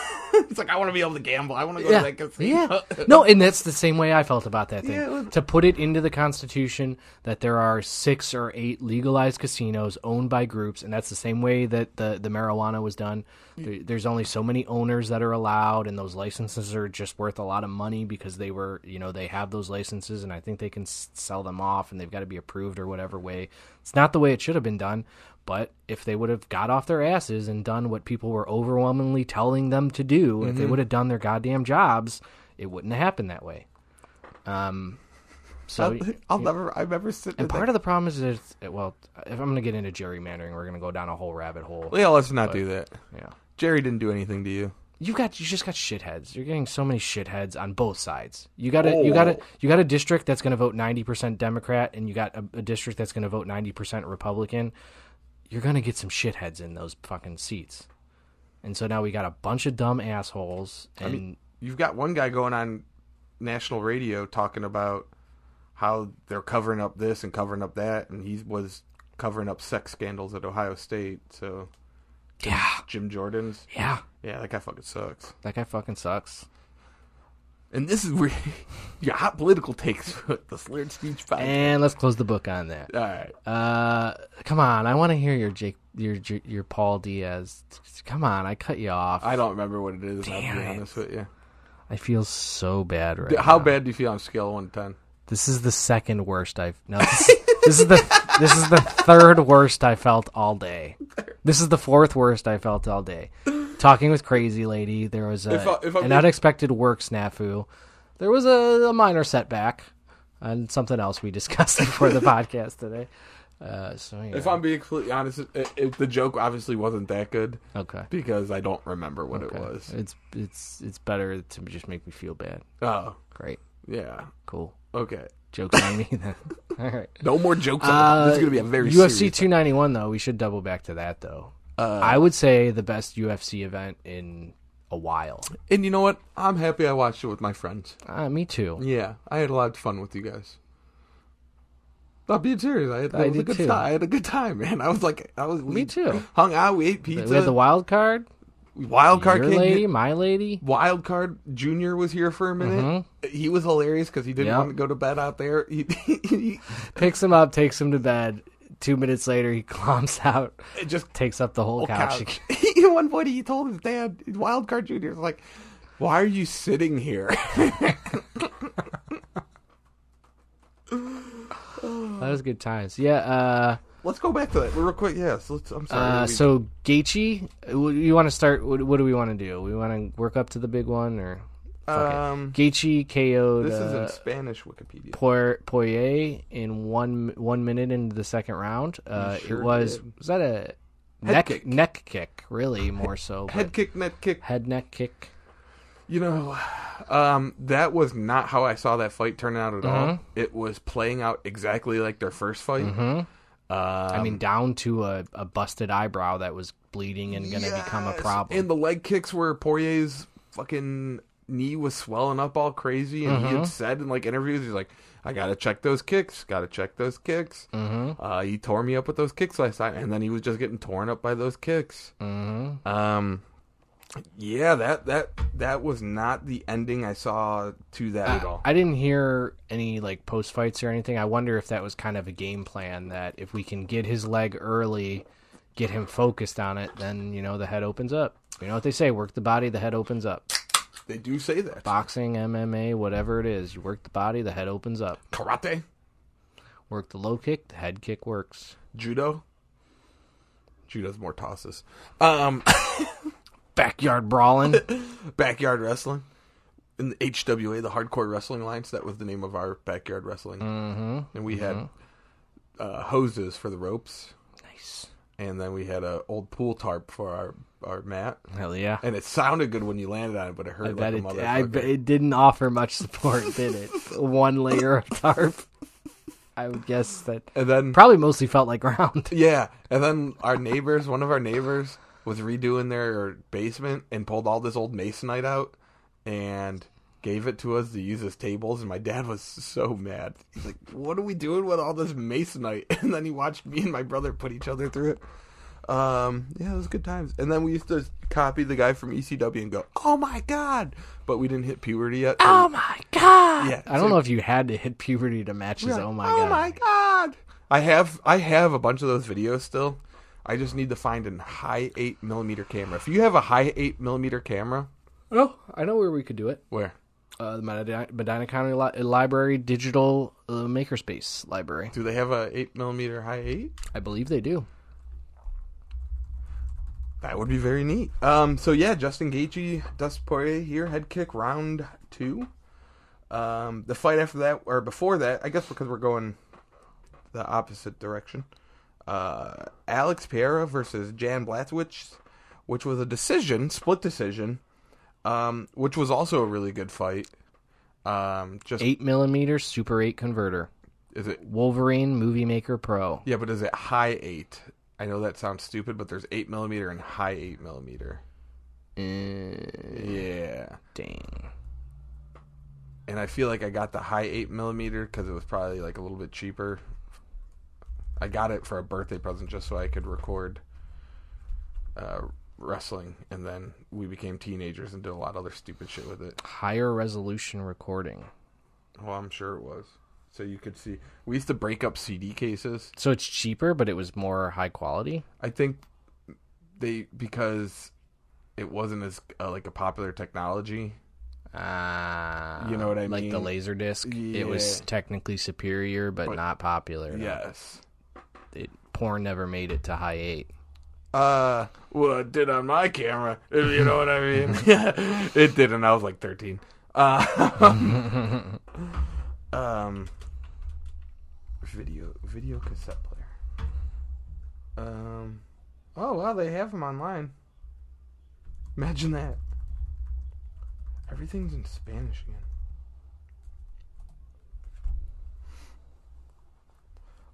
it's like I wanna be able to gamble. I wanna go to that casino. Yeah. (laughs) No, and that's the same way I felt about that thing. Yeah, well- to put it into the Constitution that there are six or eight legalized casinos owned by groups, and that's the same way that the, the marijuana was done. There, there's only so many owners that are allowed, and those licenses are just worth a lot of money because they were, you know, they have those licenses, and I think they can s- sell them off, and they've got to be approved or whatever way. It's not the way it should have been done. But if they would have got off their asses and done what people were overwhelmingly telling them to do, if they would have done their goddamn jobs, it wouldn't have happened that way. Um, so I'll, I'll never I've never sit and part of the problem is that it's, well, if I'm going to get into gerrymandering, we're going to go down a whole rabbit hole. Yeah, let's not do that. Yeah, Jerry didn't do anything to you. you've got you just got shitheads. You're getting so many shitheads on both sides. You got a Oh. you got a you got a district that's going to vote 90 percent Democrat, and you got a, a district that's going to vote 90 percent Republican. You're going to get some shitheads in those fucking seats. And so now we got a bunch of dumb assholes, and you've got one guy going on national radio talking about how they're covering up this and covering up that, and he was covering up sex scandals at Ohio State. So yeah, Jim Jordan's, yeah, yeah, that guy fucking sucks. that guy fucking sucks. And this is where (laughs) your hot political takes (laughs) with the slurred speech podcast. And let's close the book on that. All right, Uh, come on, I want to hear your Jake, your your Paul Diaz. Come on, I cut you off. I don't remember what it is. I'll Damn be it. honest with you. I feel so bad right How now. bad do you feel on a scale of one to ten? This is the second worst I've. No, this, is- this is the (laughs) this is the third worst I felt all day. This is the fourth worst I felt all day. Talking with crazy lady, there was a, If I- if I'm an being- unexpected work snafu. There was a, a minor setback and something else we discussed (laughs) before the podcast today. Uh, so yeah. If I'm being completely honest, it, it, the joke obviously wasn't that good okay. because I don't remember what it Okay. was. It's it's it's better to just make me feel bad. Oh, Great, yeah, cool. okay. Jokes on me then. (laughs) All right. No more jokes. on Uh, the this is going to be a very UFC serious- two ninety one though. We should double back to that though. Uh, I would say the best UFC event in a while. and you know what? I'm happy I watched it with my friends. Uh, me too. Yeah, I had a lot of fun with you guys. Not being serious, I had, that I was a did good too. time. I had a good time, (laughs) man. I was like, I was. Me too. Hung out. We ate pizza. We had the wild card, wild card your king. lady, (laughs) my lady. Wild card Junior was here for a minute. He was hilarious because he didn't Mm-hmm. Yep. want to go to bed out there. He, (laughs) he, Picks him up, takes him to bed. Two minutes later, he (laughs) clomps out, he just takes up the whole, couch. couch. (laughs) At one point, he told his dad, Wild Card Junior, was like, "Why are you sitting here?" (laughs) That was good times. Yeah. Uh, Let's go back to that real quick. Yes, let's. I'm sorry. Uh, we- so Gaethje, w- you want to start? What, what do we want to do? We want to work up to the big one, or Fuck it. Um, Gaethje KO'd this is uh, in Spanish Wikipedia. Poir- Poirier in one one minute into the second round. Uh, sure it was did. was that a Head neck kick. neck kick? Really, more so but Head kick, net kick. head neck kick. You know, um, that was not how I saw that fight turn out at all. Mhm. It was playing out exactly like their first fight. hmm I Um, mean, down to a, a busted eyebrow that was bleeding and going to become a yes, problem. And the leg kicks where Poirier's fucking knee was swelling up all crazy, and Mm-hmm. he had said in like interviews, he's like, "I gotta check those kicks, gotta check those kicks." Mhm. Uh, he tore me up with those kicks last time, and then he was just getting torn up by those kicks. Mhm. Um, yeah, that that that was not the ending I saw to that at all. I didn't hear any like post fights or anything. I wonder if that was kind of a game plan that if we can get his leg early, get him focused on it, then you know the head opens up. You know what they say: work the body, the head opens up. they do say that Boxing, MMA, whatever it is, you work the body, the head opens up. karate, Work the low kick, the head kick works. judo. Judo's more tosses. Um, (laughs) Backyard brawling. backyard wrestling in the HWA, the Hardcore Wrestling Alliance. That was the name of our backyard wrestling, mm-hmm. and we had uh, hoses for the ropes, Nice. and then we had a old pool tarp for our our mat. Hell yeah. And it sounded good when you landed on it, but it hurt I like bet a it, I motherfucker. bet it didn't offer much support, did it? (laughs) One layer of tarp. I would guess that and then probably mostly felt like ground. (laughs) yeah, and then our neighbors, one of our neighbors, was redoing their basement and pulled all this old masonite out and gave it to us to use as tables. And my dad was so mad. He's like, "What are we doing with all this masonite?" (laughs) And then he watched me and my brother put each other through it. Um, yeah, it was good times. And then we used to copy the guy from ECW and go, "Oh my god!" But we didn't hit puberty yet. Oh my god! Yeah, I don't so- know if you had to hit puberty to match his. Oh my god! God. I have I have a bunch of those videos still. I just need to find a high eight millimeter camera. If you have a high eight millimeter camera, Oh, I know where we could do it. where? Uh, the Medina, Medina County Li- Library Digital uh, Makerspace Library. Do they have a eight millimeter high eight? I believe they do. That would be very neat. Um, so yeah, Justin Gaethje, Dustin Poirier here, head kick round two. Um, the fight after that, or before that, I guess because we're going the opposite direction. Uh, Alex Pereira versus Jan Blazkowicz, which was a decision, split decision, um, which was also a really good fight. Um, just Eight millimeter Super Eight converter. is it? Wolverine Movie Maker Pro. Yeah, but is it high eight? I know that sounds stupid, but there's eight millimeter and high eight millimeter. Uh, Yeah. dang. and I feel like I got the high eight millimeter because it was probably like a little bit cheaper. I got it for a birthday present just so I could record uh, wrestling, and then we became teenagers and did a lot of other stupid shit with it. Higher resolution recording. Well, I'm sure it was. So you could see, we used to break up CD cases. So it's cheaper, but it was more high quality. I think they because it wasn't as uh, like a popular technology. Ah, You know what I Like the mean? laser disc, it was Yeah. technically superior, but, But- not popular. Yes. it, porn never made it to high eight. uh well it did on my camera if you know what i mean (laughs) it did and i was like 13 uh, (laughs) um video video cassette player um oh wow they have them online imagine that everything's in spanish again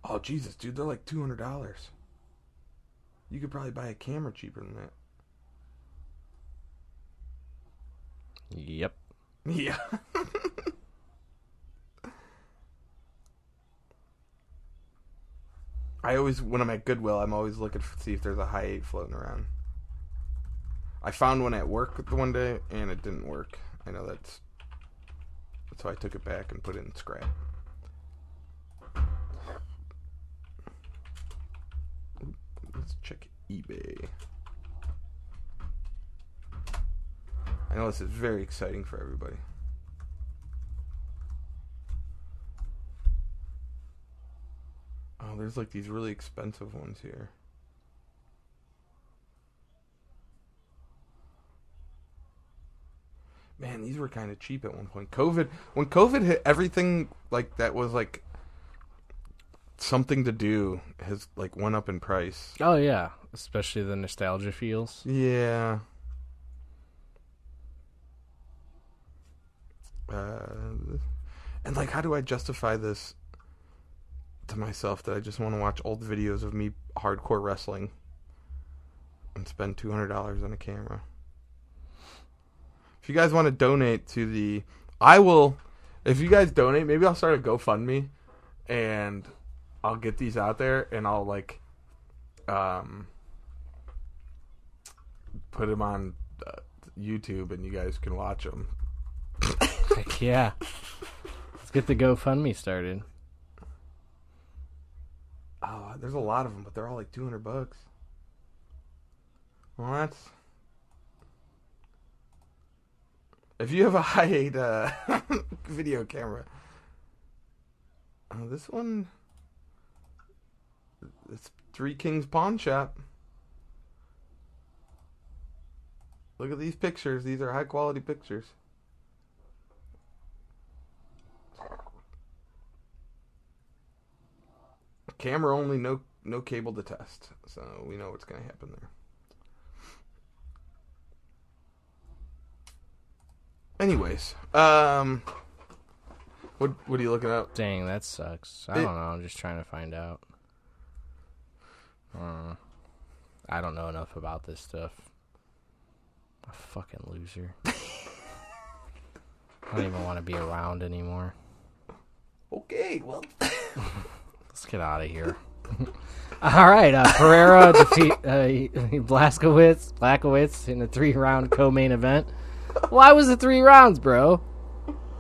oh jesus dude they're like $200 you could probably buy a camera cheaper than that. Yep. Yeah. I always, when I'm at Goodwill, I'm always looking to see if there's a high eight floating around. I found one at work the one day, and it didn't work. I know that's. So I took it back and put it in scrap. Let's check eBay. I know this is very exciting for everybody. Oh, there's like these really expensive ones here. man, these were kind of cheap at one point. COVID, when COVID hit, everything like that was like something to do has like went up in price. Oh yeah, especially the nostalgia (laughs) feels. Yeah. Uh, and like, how do I justify this to myself that I just want to watch old videos of me hardcore wrestling and spend two hundred dollars on a camera? If you guys want to donate to the, I will. If you guys donate, maybe I'll start a GoFundMe, and I'll get these out there, and I'll like, um, put them on uh, YouTube, and you guys can watch them. Heck yeah. Let's get the GoFundMe started. Oh, there's a lot of them, but they're all like 200 bucks. Well, that's. If you have a high eight uh, (laughs) video camera, oh, this one. It's Three Kings Pawn Shop. Look at these pictures. These are high quality pictures. camera only no no cable to test so we know what's going to happen there anyways um what what are you looking up Dang, that sucks. I It- don't know. I'm just trying to find out. Uh, I don't know enough about this stuff. A fucking loser. I don't even want to be around anymore. okay well Let's get out of here. (laughs) All right, uh, Pereira defeat uh, (laughs) Blaskowitz, Blackowitz in a three-round co-main event. Why was it three rounds, bro?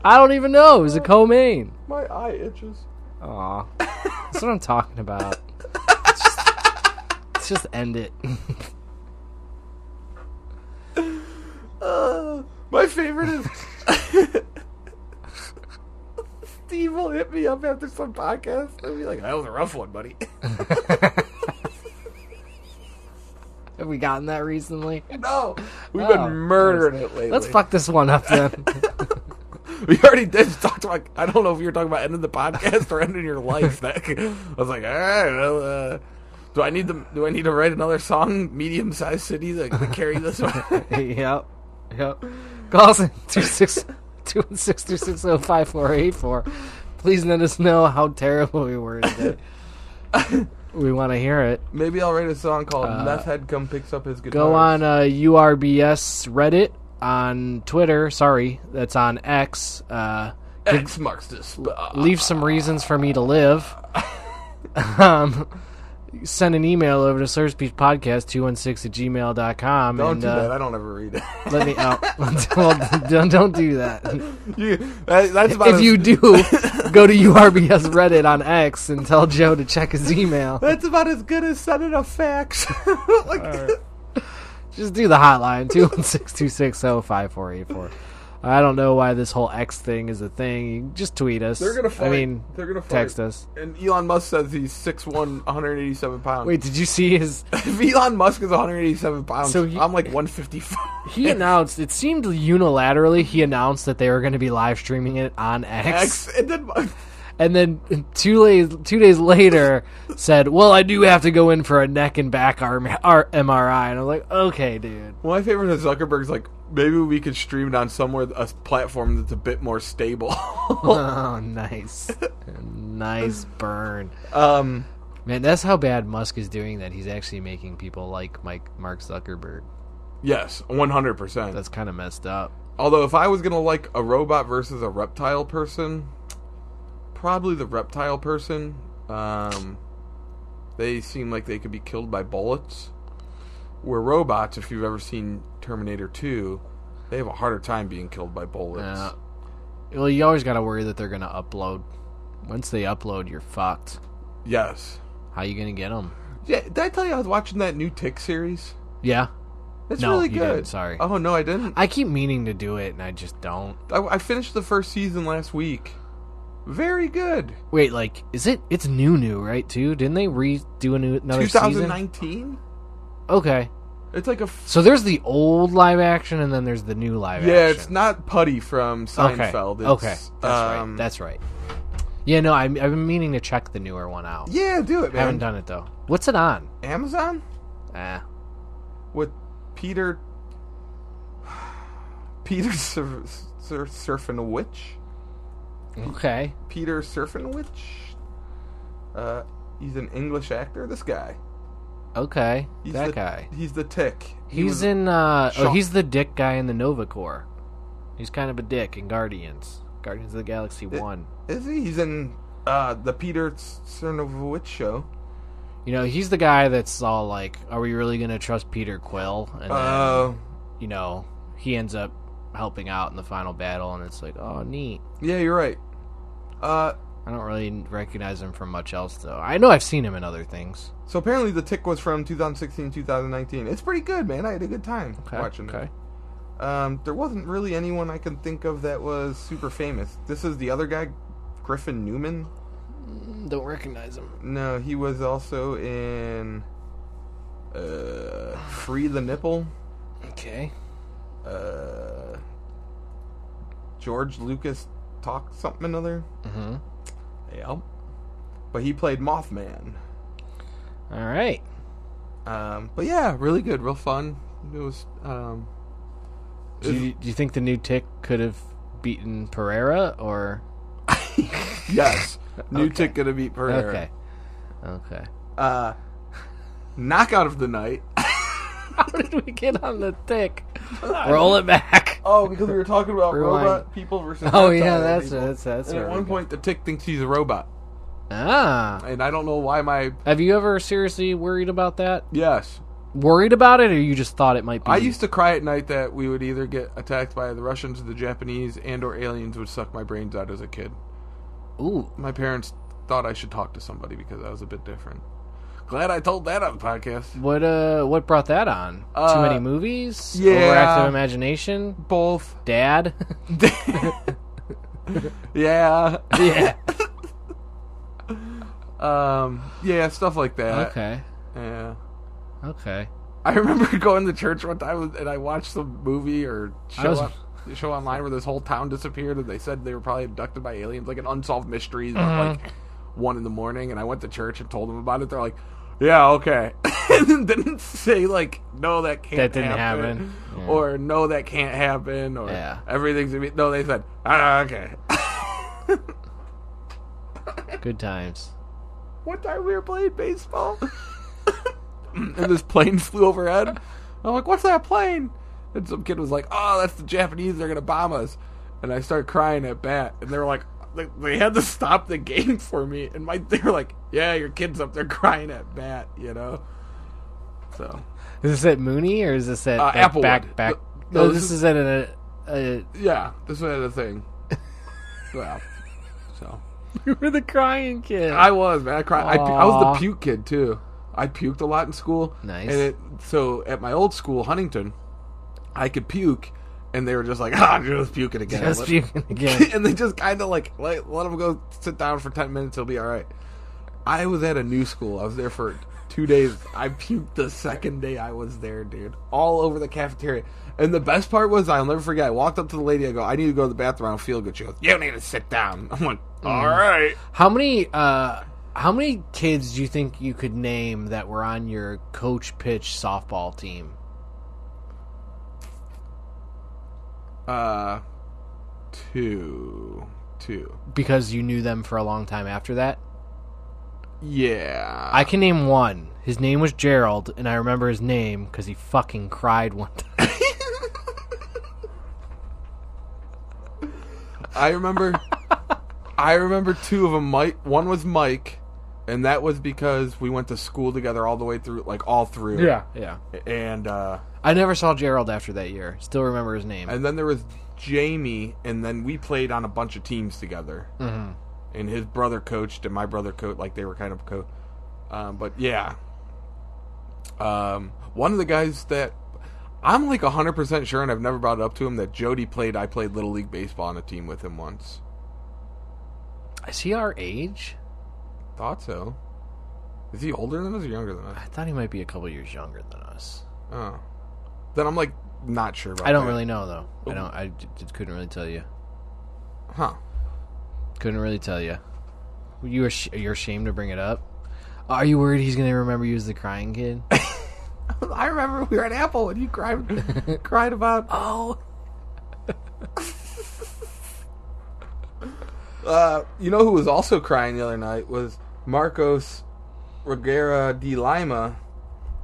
I don't even know. It was a co-main. (laughs) my eye itches Aw. That's what I'm talking about. Let's just, let's just end it. (laughs) uh, my favorite is (laughs) Steve will hit me up after some podcast and be like that was a rough one buddy Have we gotten that recently? (laughs) (laughs) no we've Oh. been murdering it lately Let's fuck this one up then. (laughs) We already did talk about. I don't know if you were talking about ending the podcast or ending your (laughs) life. That I was like, all right. Well, uh, do I need to? Do I need to write another song? Medium sized city that can carry this one. yep. Yep. Call us in 216-260-5484. Please let us know how terrible we were today. we want to hear it. (laughs) Maybe I'll write a song called Uh, "Meth Head Come Picks Up His Guitar." Go on uh, URBS Reddit on Twitter. Sorry, that's on X. Uh, X marks uh, this spot. leave some reasons for me (laughs) to live. um, send an email over to searchpeachpodcast216 at gmail.com. Don't and, do that. uh, I don't ever read it. (laughs) Let me out. (laughs) well, don't, don't do that. you, that that's about if as, you do, (laughs) go to URBS Reddit on X and tell Joe to check his email. That's about as good as sending a fax. (laughs) like, Just do the hotline, 216-260-5484. I don't know why this whole X thing is a thing. You Just tweet us. They're gonna I fight. mean, They're gonna fight. text us. and Elon Musk says he's 6'1", 187 pounds. Wait, did you see his If Elon Musk is 187 pounds, So he- I'm like (laughs) 155. He announced. It seemed unilaterally he announced that they were going to be live streaming it on X, X, and then and then two days two days later said, "Well, I do have to go in for a neck and back arm, ar- MRI." And I'm like, "Okay, dude." my favorite is Zuckerberg's like maybe we could stream it on somewhere a platform that's a bit more stable. (laughs) (laughs) Oh, nice, nice burn, um, man. That's how bad Musk is doing that. He's actually making people like Mike Mark Zuckerberg. yes, 100. percent That's kind of messed up. Although if I was gonna like a robot versus a reptile person, probably the reptile person. Um, they seem like they could be killed by bullets. Where robots, if you've ever seen Terminator 2, they have a harder time being killed by bullets. Yeah. Well, you always got to worry that they're going to upload. Once they upload, you're fucked. Yes. How you going to get them? Yeah, did I tell you I was watching that new Tick series? Yeah. It's No, really you good. didn't, sorry. Oh no, I didn't. I keep meaning to do it and I just don't. I, I finished the first season last week. Very good. Wait, like, is it? It's new, new, right? Too? Didn't they redo a new another season? 2019. Okay, It's like a f- So there's the old live action, and then there's the new live yeah. action. It's not Putty from Seinfeld. Okay, It's, okay. that's um, right. That's right. Yeah, no, I, I've been meaning to check the newer one out. yeah. Do it, man. haven't done it though. What's it on? Amazon Ah, with Peter (sighs) Peter Sur- Sur- Surfinowicz. okay. Peter Surfinowicz. Uh, he's an English actor. This guy. Okay, He's that the, guy. He's the Tick. He He's was- in. uh Oh, Sean- he's the dick guy in the Nova Corps. He's kind of a dick in Guardians. Guardians of the Galaxy One. Is he? He's in uh, the Peter Cernovich show. You know, he's the guy that's all like, "Are we really gonna trust Peter Quill?" And then, Uh, you know, he ends up helping out in the final battle, and it's like, "Oh, neat." yeah, you're right. Uh, I don't really recognize him from much else, though. I know I've seen him in other things. so apparently the Tick was from 2016, 2019. It's pretty good, man. I had a good time Okay. watching okay. it. Um, there wasn't really anyone I can think of that was super famous. This is the other guy, Griffin Newman. Don't recognize him. No, he was also in uh, Free the Nipple. Okay. Uh, George Lucas talk something another. Mm-hmm. Yep. But he played Mothman. All right. Um, but yeah, really good, real fun. It was. Um, it Do was- you, do you think the new tick could have beaten Pereira or? (laughs) yes, new Okay. tick gonna beat Pereira. Okay. Okay. Uh, knockout of the night. (laughs) How did we get on the tick? Roll it back. Oh, because we were talking about Rewind. robot people versus. Oh reptile yeah, that's people. that's that's And at where one we go. point, the tick thinks he's a robot, Ah, and I don't know why my have you ever seriously worried about that? yes. Worried about it, or you just thought it might be? I used to cry at night that we would either get attacked by the Russians, the Japanese, and/or aliens would suck my brains out as a kid. Ooh, my parents thought I should talk to somebody because I was a bit different. Glad I told that on the podcast. what uh, what brought that on? Too Uh, many movies? yeah. Overactive imagination? (laughs) Both. Dad? yeah. (laughs) yeah. Um. Yeah. Stuff like that. (laughs) Okay. Yeah. Okay. I remember (laughs) going to church one time and I watched some movie or show I was- on- show online where this whole town disappeared and they said they were probably abducted by aliens, like an unsolved mystery, but, Mm-hmm. like one in the morning. And I went to church and told them about it. They're like, "Yeah, okay," (laughs) and then didn't say like, "No, that can't." That didn't happen. Yeah. Or no, that can't happen. Or Yeah. everything's gonna be-" no. They said, "Ah, okay." Good times. one time we were playing baseball (laughs) and this plane flew overhead. I'm like, what's that plane? And some kid was like, oh, that's the Japanese. They're going to bomb us. And I started crying at bat. And they were like, they- they had to stop the game for me. And my they were like, yeah, your kid's up there crying at bat, you know? So, Is this at Mooney or is this at Uh, at Applewood. back back? No, oh, this this, is- is at a, (laughs) a yeah, this was the thing. well, so. you were the crying kid. I was man. I cried. I, pu- I was Aw. the puke kid too. I puked a lot in school. Nice. And it, so at my old school, Huntington, I could puke, and they were just like, (laughs) "Ah, just puke it again." Just Let- (laughs) puking again. and they just kind of like let, let him go sit down for ten minutes. He'll be all right. I was at a new school. I was there for two days. I puked the second day I was there, dude, all over the cafeteria. And the best part was, I'll never forget. I walked up to the lady. I go, "I need to go to the bathroom. I don't feel good." She goes, "You need to sit down." (laughs) I'm like, Mm. "All right." How many uh how many kids do you think you could name that were on your coach pitch softball team? Uh, two, two. Because you knew them for a long time after that? Yeah, I can name one. His name was Gerald, and I remember his name because he fucking cried one (laughs) time. I (laughs) remember. I remember two of them. Mike, one was Mike, and that was because we went to school together all the way through, like all through. yeah. And uh, I never saw Gerald after that year. Still remember his name. and then there was Jamie, and then we played on a bunch of teams together. Mhm. And his brother coached, and my brother coached. Like they were kind of co. Um, but yeah, um, one of the guys that I'm like 100 percent sure, and I've never brought it up to him that Jody played. I played little league baseball on a team with him once. Is he our age? Thought so. Is he older than us or younger than us? I thought he might be a couple years younger than us. Oh, then I'm like not sure about. I don't that. really know though. I don't. I j- j- couldn't really tell you. Huh. (laughs) Couldn't really tell you. You were sh- you're ashamed to bring it up. Are you worried he's gonna remember you as the crying (laughs) kid? I remember we were at Apple and you (laughs) cried, cried about. Oh. uh, you know who was also crying the other night was Marcos Rogera de Lima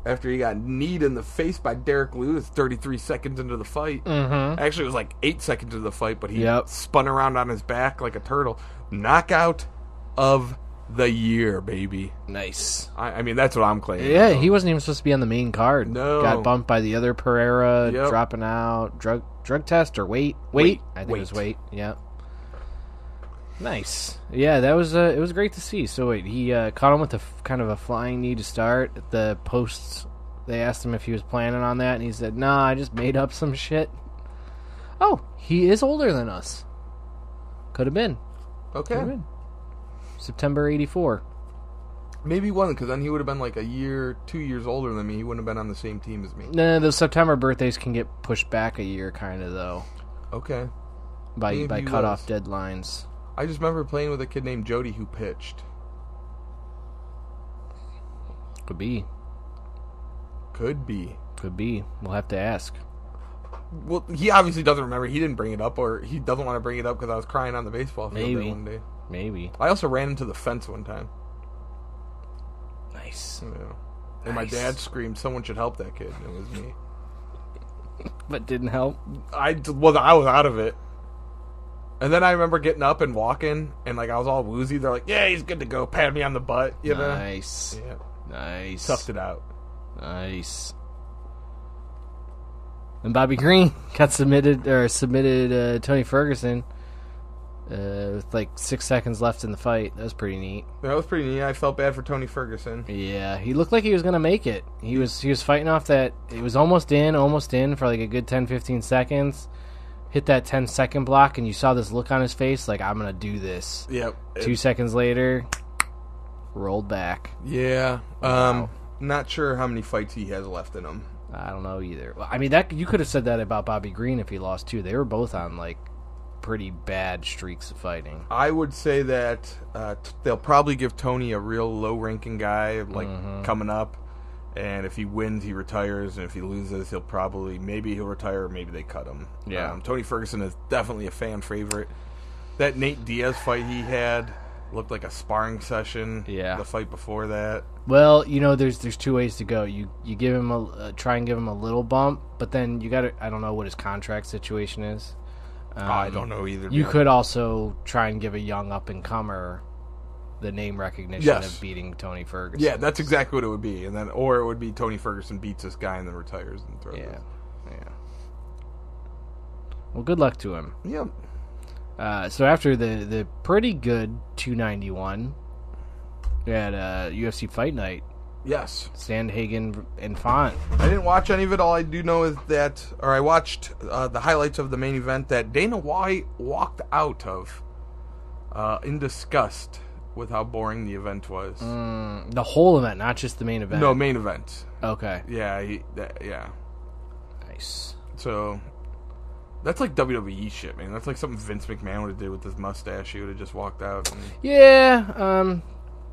after he got kneed in the face by Derek Lewis 33 seconds into the fight. mm-hmm. Actually, it was like eight seconds into the fight, but he Yep. spun around on his back like a turtle. Knockout of the year, baby. Nice. I, I mean, that's what I'm claiming. Yeah, he wasn't even supposed to be on the main card. No. got bumped by the other Pereira, Yep. dropping out. Drug drug test or weight? Weight. Weight? I think it was weight. Yeah. Nice. Yeah, that was uh, it was great to see. So wait, he uh, caught him with a f- kind of a flying knee to start. The posts they asked him if he was planning on that, and he said, "Nah, I just made up some shit." Oh, he is older than us. Could have been. Could Okay. have been. September '84. Maybe he wasn't, because then he would have been like a year, two years older than me. He wouldn't have been on the same team as me. No, those September birthdays can get pushed back a year, kind of though. Okay. by Maybe by he cutoff was. deadlines. I just remember playing with a kid named Jody who pitched. Could be, Could be. could be. We'll have to ask. Well, he obviously doesn't remember. He didn't bring it up, or he doesn't want to bring it up because I was crying on the baseball field that Maybe. one day. Maybe. I also ran into the fence one time. Nice. You know. And my Nice. dad screamed, "Someone should help that kid!" And it was me. But didn't help. I d- was I was out of it. And then I remember getting up and walking, and like I was all woozy. They're like, "Yeah, he's good to go." Pat me on the butt, you know. Nice. Yeah, Nice. toughed it out. Nice. And Bobby Green (laughs) got submitted or submitted uh, Tony Ferguson uh, with like six seconds left in the fight. That was pretty neat. That was pretty neat. I felt bad for Tony Ferguson. Yeah, he looked like he was gonna make it. He was he was fighting off that. It was almost in, almost in for like a good 10, 15 seconds. Hit that 10 second block, and you saw this look on his face, like I'm gonna do this. Yep. Two seconds later, rolled back. Yeah. Um. Wow. Not sure how many fights he has left in him. I don't know either. Well, I mean, that you could have said that about Bobby Green if he lost too. They were both on like pretty bad streaks of fighting. I would say that uh, t- they'll probably give Tony a real low-ranking guy like Mm-hmm. coming up, and if he wins, he retires, and if he loses, he'll probably maybe he'll retire, or maybe they cut him. Yeah. Um, Tony Ferguson is definitely a fan favorite. That Nate Diaz fight he had looked like a sparring session. Yeah. The fight before that. Well, you know, there's there's two ways to go. You you give him a uh, try and give him a little bump, but then you got to I don't know what his contract situation is. Um, I don't know either. You man. could also try and give a young up and comer the name recognition Yes. of beating Tony Ferguson. Yeah, that's exactly what it would be, and then or it would be Tony Ferguson beats this guy and then retires and throws. yeah, it. yeah. Well, good luck to him. Yep. Uh, so after the the pretty good 291 at uh, UFC Fight Night, Yes. Sandhagen and Font. I didn't watch any of it. All I do know is that, or I watched uh, the highlights of the main event that Dana White walked out of uh, in disgust with how boring the event was. Mm, the whole event, not just the main event. No, main event. Okay. Yeah, he, that, yeah. Nice. So that's like WWE shit, man. That's like something Vince McMahon would have did with his mustache. He would have just walked out. And, Yeah, um,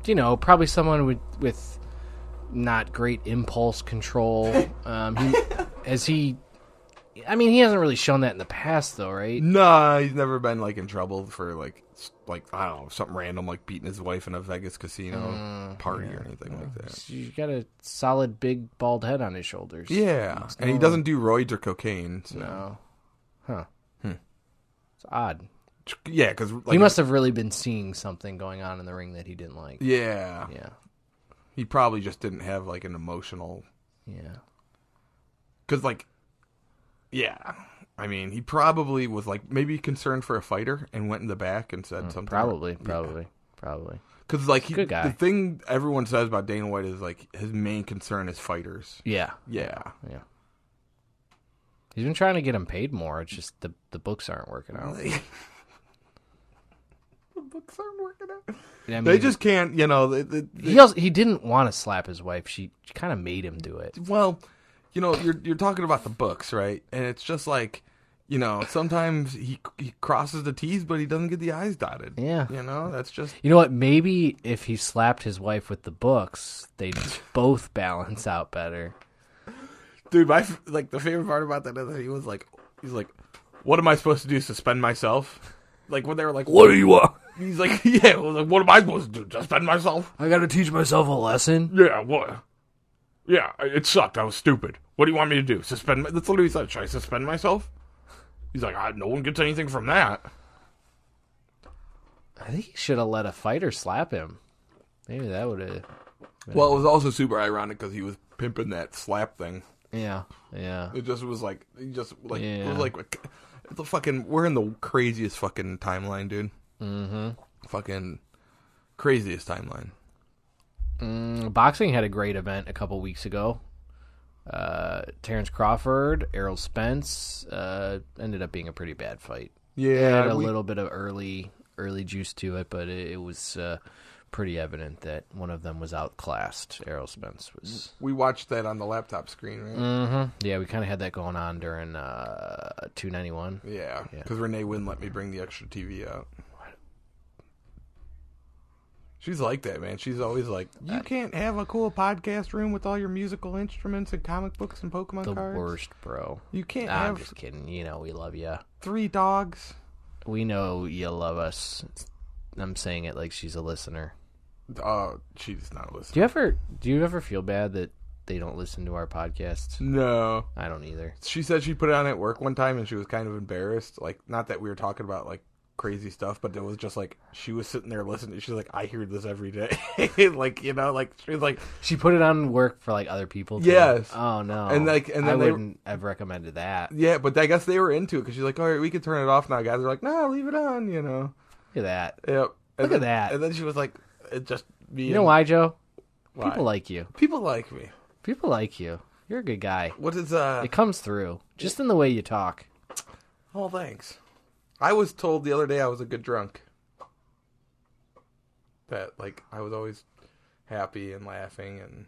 you know, probably someone with with not great impulse control. Um, he, has he? I mean, he hasn't really shown that in the past, though, right? nah, he's never been like in trouble for like s- like I don't know something random like beating his wife in a Vegas casino party or anything like that. He's got a solid big bald head on his shoulders. Yeah, and he doesn't do roids or cocaine. So. No. Huh. It's odd. Yeah, because like, he must have really been seeing something going on in the ring that he didn't like. Yeah, Yeah. he probably just didn't have like an emotional. Yeah. Because like, yeah, I mean, he probably was like maybe concerned for a fighter and went in the back and said something. Mm, Probably. Probably. Probably. because like he, Good guy. the thing everyone says about Dana White is like his main concern is fighters. Yeah. Yeah, (laughs) Yeah. He's been trying to get him paid more. It's just the the books aren't working out. the books aren't working out. I mean, They just can't. You know, they, they, he also, he didn't want to slap his wife. She, she kind of made him do it. well, you know, you're you're talking about the books, right? And it's just like, you know, sometimes he he crosses the T's, but he doesn't get the I's dotted. Yeah. you know, that's just You know what? Maybe if he slapped his wife with the books, (laughs) they'd both balance out better. dude. My f- like the favorite part about that is that he was like, he's like, what am I supposed to do? Suspend myself? Like when they were like, what? do you want? He's like, (laughs) yeah, well, like, what am I supposed to do? Suspend myself? I gotta teach myself a lesson. Yeah, what? Yeah, it sucked. I was stupid. What do you want me to do? Suspend? My- That's literally what he said. Should I suspend myself? He's like, I, no one gets anything from that. I think he should have let a fighter slap him. Maybe that would have. Well, it was also super ironic because he was pimping that slap thing. Yeah, yeah. It just was like, he just like, it Yeah. was like, it's a fucking. We're in the craziest fucking timeline, dude. Mm-hmm. Fucking craziest timeline. Mm, Boxing had a great event a couple weeks ago. Uh, Terrence Crawford, Errol Spence uh, ended up being a pretty bad fight. Yeah, had a we- little bit of early early juice to it, but it, it was uh, pretty evident that one of them was outclassed. Errol Spence was. we watched that on the laptop screen, right? Mm. Yeah, we kind of had that going on during uh, 291. Yeah, because Renee wouldn't let me bring the extra TV out. She's like that, man. She's always like, you can't have a cool podcast room with all your musical instruments and comic books and Pokemon The cards. worst, bro. You can't Nah, I'm have just kidding. You know we love you. three dogs. We know you love us. I'm saying it like she's a listener. Oh, she's not Do listening. you ever do you ever feel bad that they don't listen to our podcast? No. I don't either. She said she put it on at work one time and she was kind of embarrassed. Like, not that we were talking about, like, crazy stuff, but it was just like, she was sitting there listening. She's like, I hear this every day. (laughs) like, you know, like, she was like, She put it on work for like other people. too. Yes. Oh no. And, like, and I then they- wouldn't have recommended that. Look Yeah, but I guess they were into it because she's like, "All right, we can turn it off now, guys." They're like, "No, leave it on," you know. at that. Yep. And Look at then- that. And then she was like, "It just me." You know why, Joe? Why? People like you. people like me. People like you. You're a good guy. What is uh? It comes through just in the way you talk. Oh, thanks. I was told the other day I was a good drunk. That like I was always happy and laughing and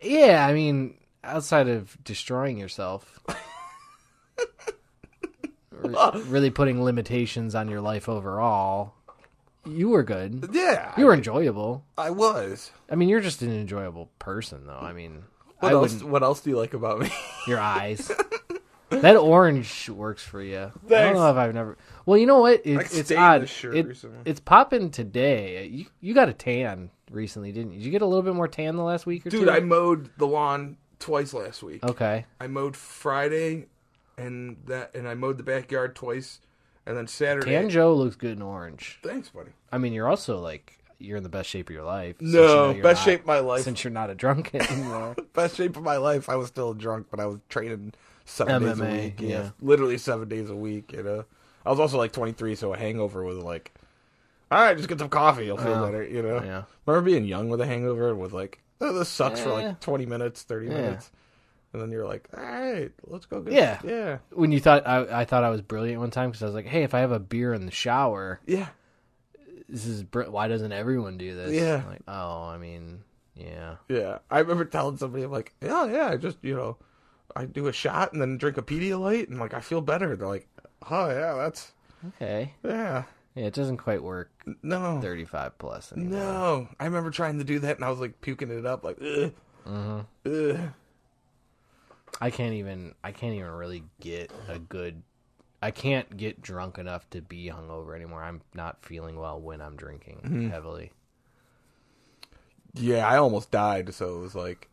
Yeah, I mean, outside of destroying yourself, re- really putting limitations on your life overall, you were good. yeah, You were enjoyable. I, I was. I mean, you're just an enjoyable person, though. I mean, What I else? wouldn't- What else do you like about (laughs) me? your eyes. that orange works for you. I don't Thanks. know if I've never. Well, you know what? It, I it's stained odd. this shirt It- recently. it's popping today. You you got a tan recently, didn't you? Did you get a little bit more tan the last week or Dude, two? I mowed the lawn twice last week. okay. I mowed Friday, and that and I mowed the backyard twice, and then Saturday. Tan Joe looks good in orange. Thanks, buddy. I mean, you're also like you're in the best shape of your life. since you know No, you're best not- shape of my life. Since you're not a (laughs) drunk (laughs) anymore, best shape of my life. I was still drunk, but I was training seven days a MMA, week. yeah. Yeah. literally seven days a week. You know, I was also like 23, so a hangover was like, all right, just get some coffee, you'll feel better. You know, Oh, yeah. Remember being young with a hangover and was like, oh, this sucks for Yeah. like 20 minutes, 30 minutes, and then you're like, all right, let's go. Get, Yeah. yeah, when you thought I, I thought I was brilliant one time because I was like, hey, if I have a beer in the shower, yeah. this is br- why doesn't everyone do this? Yeah. Like, oh, I mean, yeah. Yeah, I remember telling somebody, I'm like, yeah, yeah, I just you know, I do a shot and then drink a Pedialyte, and like I feel better. They're like, oh yeah, that's Okay. yeah, Yeah, it doesn't quite work no, 35 plus anymore. no. I remember trying to do that, and I was like puking it up, like, ugh, ugh. I can't even I can't even really get a good I can't get drunk enough to be hungover anymore. I'm not feeling well when I'm drinking heavily. yeah, I almost died. So it was like,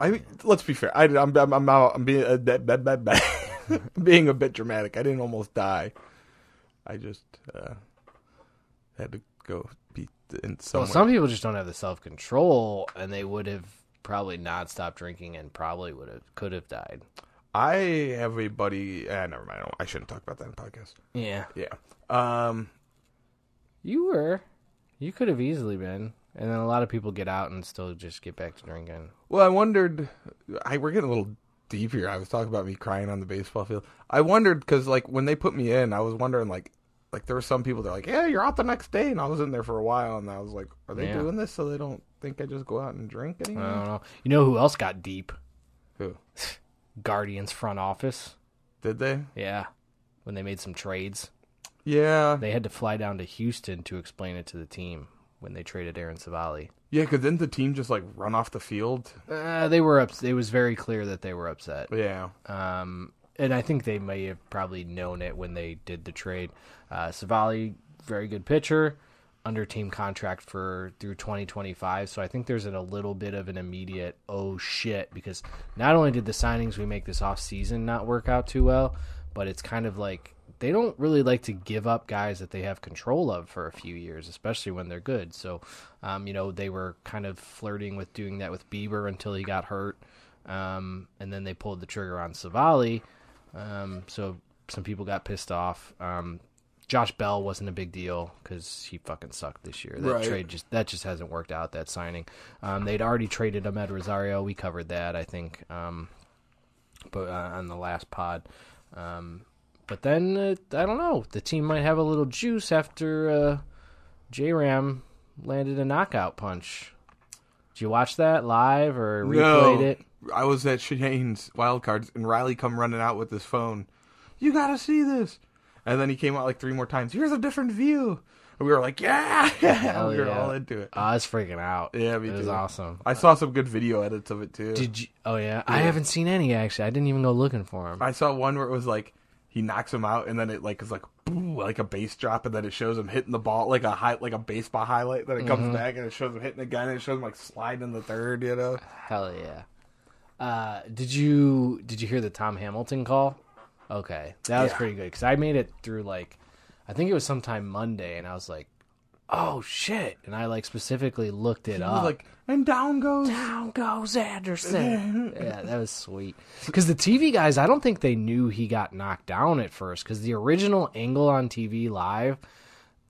I mean, let's be fair. I, I'm I'm I'm, out, I'm being uh, that- that- that- that- (laughs) being a bit dramatic. I didn't almost die. I just uh, had to go be in Well, somewhere. some people just don't have the self-control and they would have probably not stopped drinking and probably would have could have died. I have a buddy. Uh, never mind. I, don't- I shouldn't talk about that in podcast. Yeah. Yeah. Um. You were you could have easily been and then a lot of people get out and still just get back to drinking. Well, I wondered. I we're getting a little deep here. I was talking about me crying on the baseball field. I wondered because like when they put me in, I was wondering like like there were some people that are like, yeah, you're out the next day, and I was in there for a while, and I was like, are they Yeah. doing this so they don't think I just go out and drink anymore? I don't know. You know Mm. who else got deep? Who? (sighs) Guardians front office. Did they? Yeah. When they made some trades, Yeah. they had to fly down to Houston to explain it to the team when they traded Aaron Savali. Yeah, because didn't the team just like run off the field? Uh, they were up. It was very clear that they were upset. Yeah. Um, and I think they may have probably known it when they did the trade. Uh, Savali, very good pitcher, under team contract for through 2025. So I think there's an, a little bit of an immediate oh shit because not only did the signings we make this off season not work out too well, but it's kind of like they don't really like to give up guys that they have control of for a few years, especially when they're good. So, um, you know, they were kind of flirting with doing that with Bieber until he got hurt um, and then they pulled the trigger on Savali. Um, so some people got pissed off. Um, Josh Bell wasn't a big deal because he fucking sucked this year. That Right. trade just that just hasn't worked out. That signing, um, they'd already traded Ahmed Rosario. We covered that, I think, um, but uh, on the last pod. Um, but then uh, I don't know. The team might have a little juice after uh, J Ram landed a knockout punch. Did you watch that live or replayed it? I was at Shane's wildcards, and Riley come running out with his phone. You gotta see this. And then he came out like three more times. Here's a different view. And we were like, yeah, (laughs) yeah. Hell We were yeah. all into it. I was Oh, freaking out. Yeah, me it was too. awesome. I saw some good video edits of it too. Did you? Oh yeah, I haven't seen any actually. I didn't even go looking for him. I saw one where it was like he knocks him out, and then it like is like boo, like a bass drop, and then it shows him hitting the ball like a high like a baseball highlight. Then it comes Mm-hmm. back and it shows him hitting again, and it shows him like sliding in the third. You know, Hell yeah. Uh, did you did you hear the Tom Hamilton call? Okay, that was Yeah. pretty good because I made it through like, I think it was sometime Monday, and I was like, oh shit, and I like specifically looked it He was up. like and down goes. down goes Anderson. (laughs) yeah, that was sweet. Because the TV guys, I don't think they knew he got knocked down at first. Because the original angle on TV live,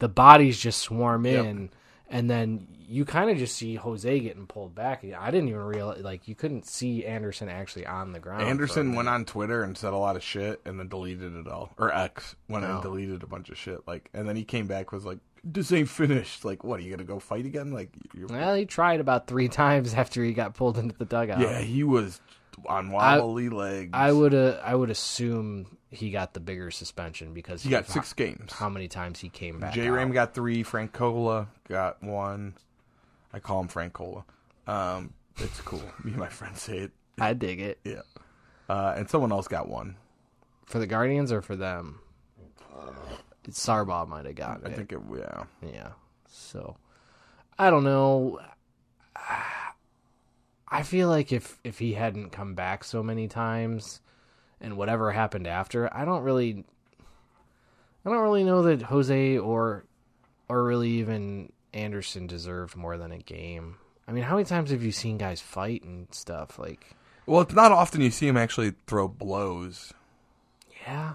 the bodies just swarm in, and then you kind of just see Jose getting pulled back. I didn't even realize like you couldn't see Anderson actually on the ground. for a Anderson minute. went on Twitter and said a lot of shit and then deleted it all. Or X went Oh. and deleted a bunch of shit. Like and then he came back was like, This ain't finished. Like, what, are you gonna go fight again? Like you're Well, he tried about three (laughs) times after he got pulled into the dugout. Yeah, he was on wobbly legs. I would uh, I would assume he got the bigger suspension because he got six games. How many times he came back? J Ram got three, Francola got one. I call him Francola. Um it's cool. (laughs) Me and my friends say it. I dig it. Yeah. Uh, and someone else got one. For the Guardians or for them? It's Sarbaugh might have gotten I it. think it yeah. Yeah. So I don't know. I feel like if if he hadn't come back so many times and whatever happened after, I don't really I don't really know that Jose or or really even Anderson deserved more than a game. I mean, how many times have you seen guys fight and stuff like Well, it's not often you see him actually throw blows. Yeah.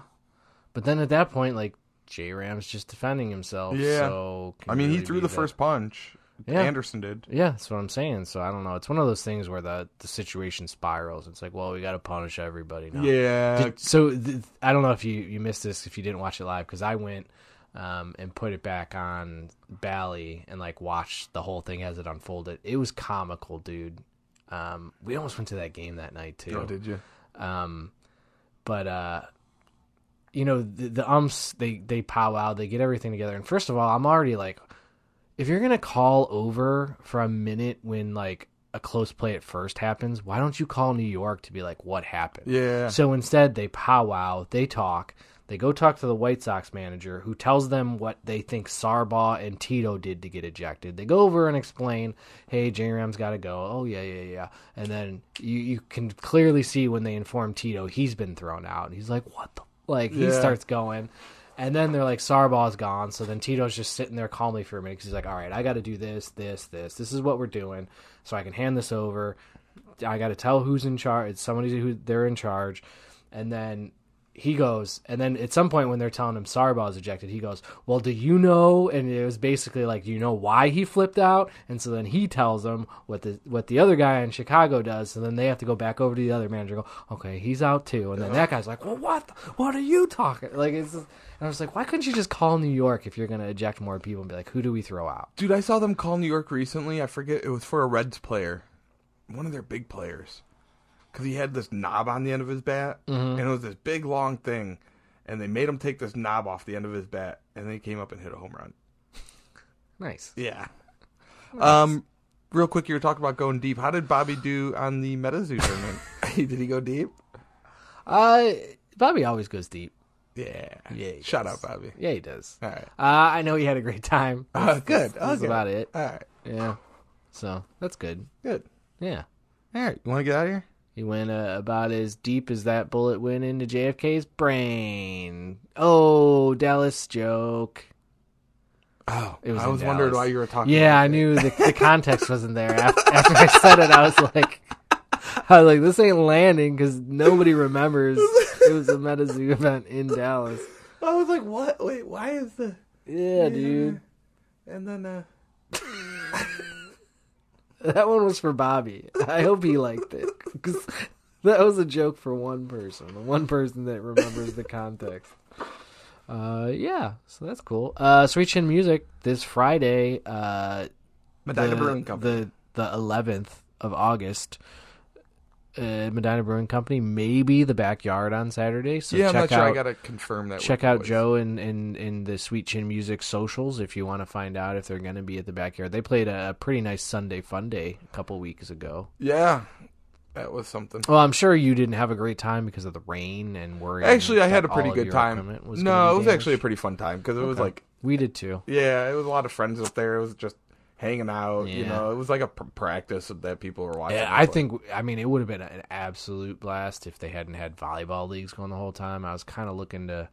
But then at that point, like J Ram's just defending himself. Yeah. So can I you mean, he really threw be the first punch. Yeah. Anderson did. Yeah, that's what I'm saying. So I don't know. It's one of those things where the the situation spirals. It's like, well, we got to punish everybody now. Yeah. Did- so th- I don't know if you you missed this if you didn't watch it live because I went. Um, and put it back on Bally and like watched the whole thing as it unfolded. It was comical, dude. Um, we almost went to that game that night too. oh, did you? Um, but uh, you know the, the umps they they powwow, they get everything together. And first of all, I'm already like, if you're gonna call over for a minute when like a close play at first happens, why don't you call New York to be like, what happened? Yeah. So instead, they powwow, they talk, they go talk to the White Sox manager, who tells them what they think Sarbaugh and Tito did to get ejected. They go over and explain, "Hey, J. Ram's got to go." Oh yeah, yeah, yeah. And then you you can clearly see when they inform Tito he's been thrown out, and he's like, "What the?" Like he Yeah. starts going. And then they're like, Sarbaugh's gone. So then Tito's just sitting there calmly for a minute 'cause he's like, all right, I got to do this, this, this. This is what we're doing. So I can hand this over. I got to tell who's in charge. It's somebody who they're in charge. And then he goes, and then at some point when they're telling him Sarbaugh's ejected, he goes, well, do you know? And it was basically like, do you know why he flipped out? And so then he tells them what the what the other guy in Chicago does. So then they have to go back over to the other manager. and Go, okay, he's out too. And then that guy's like, well, what? the- What are you talking? Like, it's just, and I was like, why couldn't you just call New York if you're gonna eject more people and be like, who do we throw out? Dude, I saw them call New York recently. I forget. It was for a Reds player. One of their big players. because he had this knob on the end of his bat, and it was this big long thing, and they made him take this knob off the end of his bat, and then he came up and hit a home run. Nice. Yeah. Um, real quick, you were talking about going deep. How did Bobby do on the MetaZoo tournament? did (laughs) he go deep? Uh, Bobby always goes deep. Yeah. Yeah, he Shout does. out, Bobby. Yeah, he does. All right. Uh, I know he had a great time. Uh, (laughs) good. That's Okay. about it. All right. Yeah. So that's good. Good. Yeah. All right. You want to get out of here? He went uh, about as deep as that bullet went into JFK's brain. Oh, Dallas joke. Oh, It was I in was wondering Dallas. why you were talking. Yeah, about I that. knew the, the context wasn't there. After, after I said it, I was like, I was like, this ain't landing because nobody remembers it was a MetaZoo event in Dallas. I was like, what? Wait, why is the? Yeah, dude, And then, uh, (laughs) that one was for Bobby. I hope he liked it 'cause (laughs) that was a joke for one person, the one person that remembers the context. Uh, yeah, so that's cool. Uh, Sweet Chin Music this Friday. Uh, Medina the- Brewing Company. The the eleventh of August. Uh, Medina Brewing Company, maybe the backyard on Saturday. So yeah, I'm check not sure. I out gotta confirm that. check with out the boys. Joe and and and the Sweet Chin Music socials if you want to find out if they're going to be at the backyard. They played a pretty nice Sunday Fun Day a couple weeks ago. Yeah, that was something. Well, I'm sure you didn't have a great time because of the rain and worrying. Actually, I that had a all pretty of good your time. equipment was gonna no, be it was actually a damaged. pretty fun time because it was Okay. like, we did too. yeah, it was a lot of friends up there. It was just hanging out. You Yeah. know, it was like a pr- practice that people were watching. Yeah, us I play. think I mean it would have been an absolute blast if they hadn't had volleyball leagues going the whole time. I was kind of looking to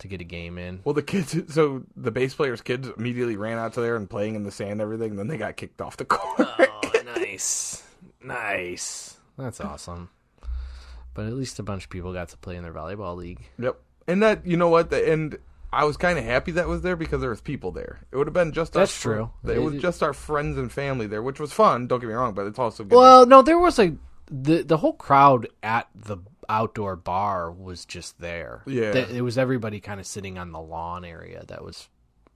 to get a (laughs) game in. Well, the kids, so the bass player's kids immediately ran out to there and playing in the sand and everything, and then they got kicked off the court. Oh. nice, nice. That's awesome. But at least a bunch of people got to play in their volleyball league. yep. And that, you know what? The, and I was kind of happy that was there because there was people there. It would have been just That's our, true. It was It- just our friends and family there, which was fun. Don't get me wrong, but it's also good. Well, no, there was a the the whole crowd at the outdoor bar was just there. Yeah. Th- it was everybody kind of sitting on the lawn area that was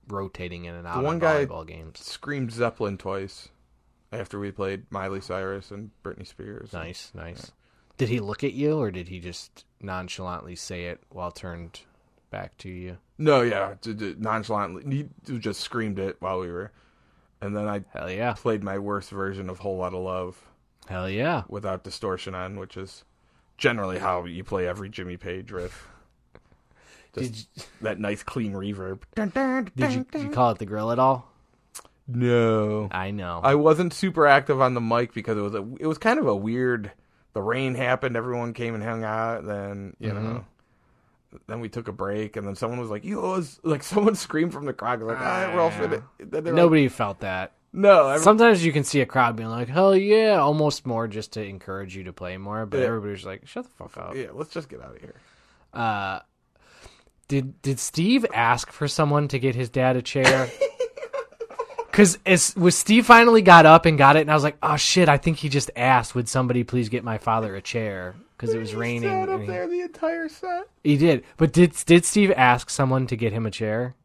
rotating in and out. one on guy- volleyball games. screamed Zeppelin twice after we played Miley Cyrus and Britney Spears. Nice, nice. Did he look at you, or did he just nonchalantly say it while turned back to you? No, yeah, d- d- nonchalantly. He just screamed it while we were. And then I Hell yeah, played my worst version of Whole Lot of Love hell yeah. without distortion on, which is generally how you play every Jimmy Page (laughs) riff. Just Did (laughs) that nice clean reverb. Did you, did you call it the grill at all? No. I know. I wasn't super active on the mic because it was a, it was kind of a weird. The rain happened. Everyone came and hung out. Then you Mm-hmm. know, then we took a break, and then someone was like, "You owe us!" Like (laughs) someone screamed from the crowd, like, "All right, we're all finished." Then they were like, Ah. Nobody felt that. no, every- Sometimes you can see a crowd being like, "Hell yeah!" almost more just to encourage you to play more. But Yeah. everybody's like, "Shut the fuck up." yeah, let's just get out of here. Uh, did did Steve ask for someone to get his dad (laughs) a chair? Because as was Steve finally got up and got it, and I was like, "Oh shit!" I think he just asked, "Would somebody please get my father a chair?" Because it was raining. Sat and up he- there the entire set. he did, but did did Steve ask someone to get him a chair?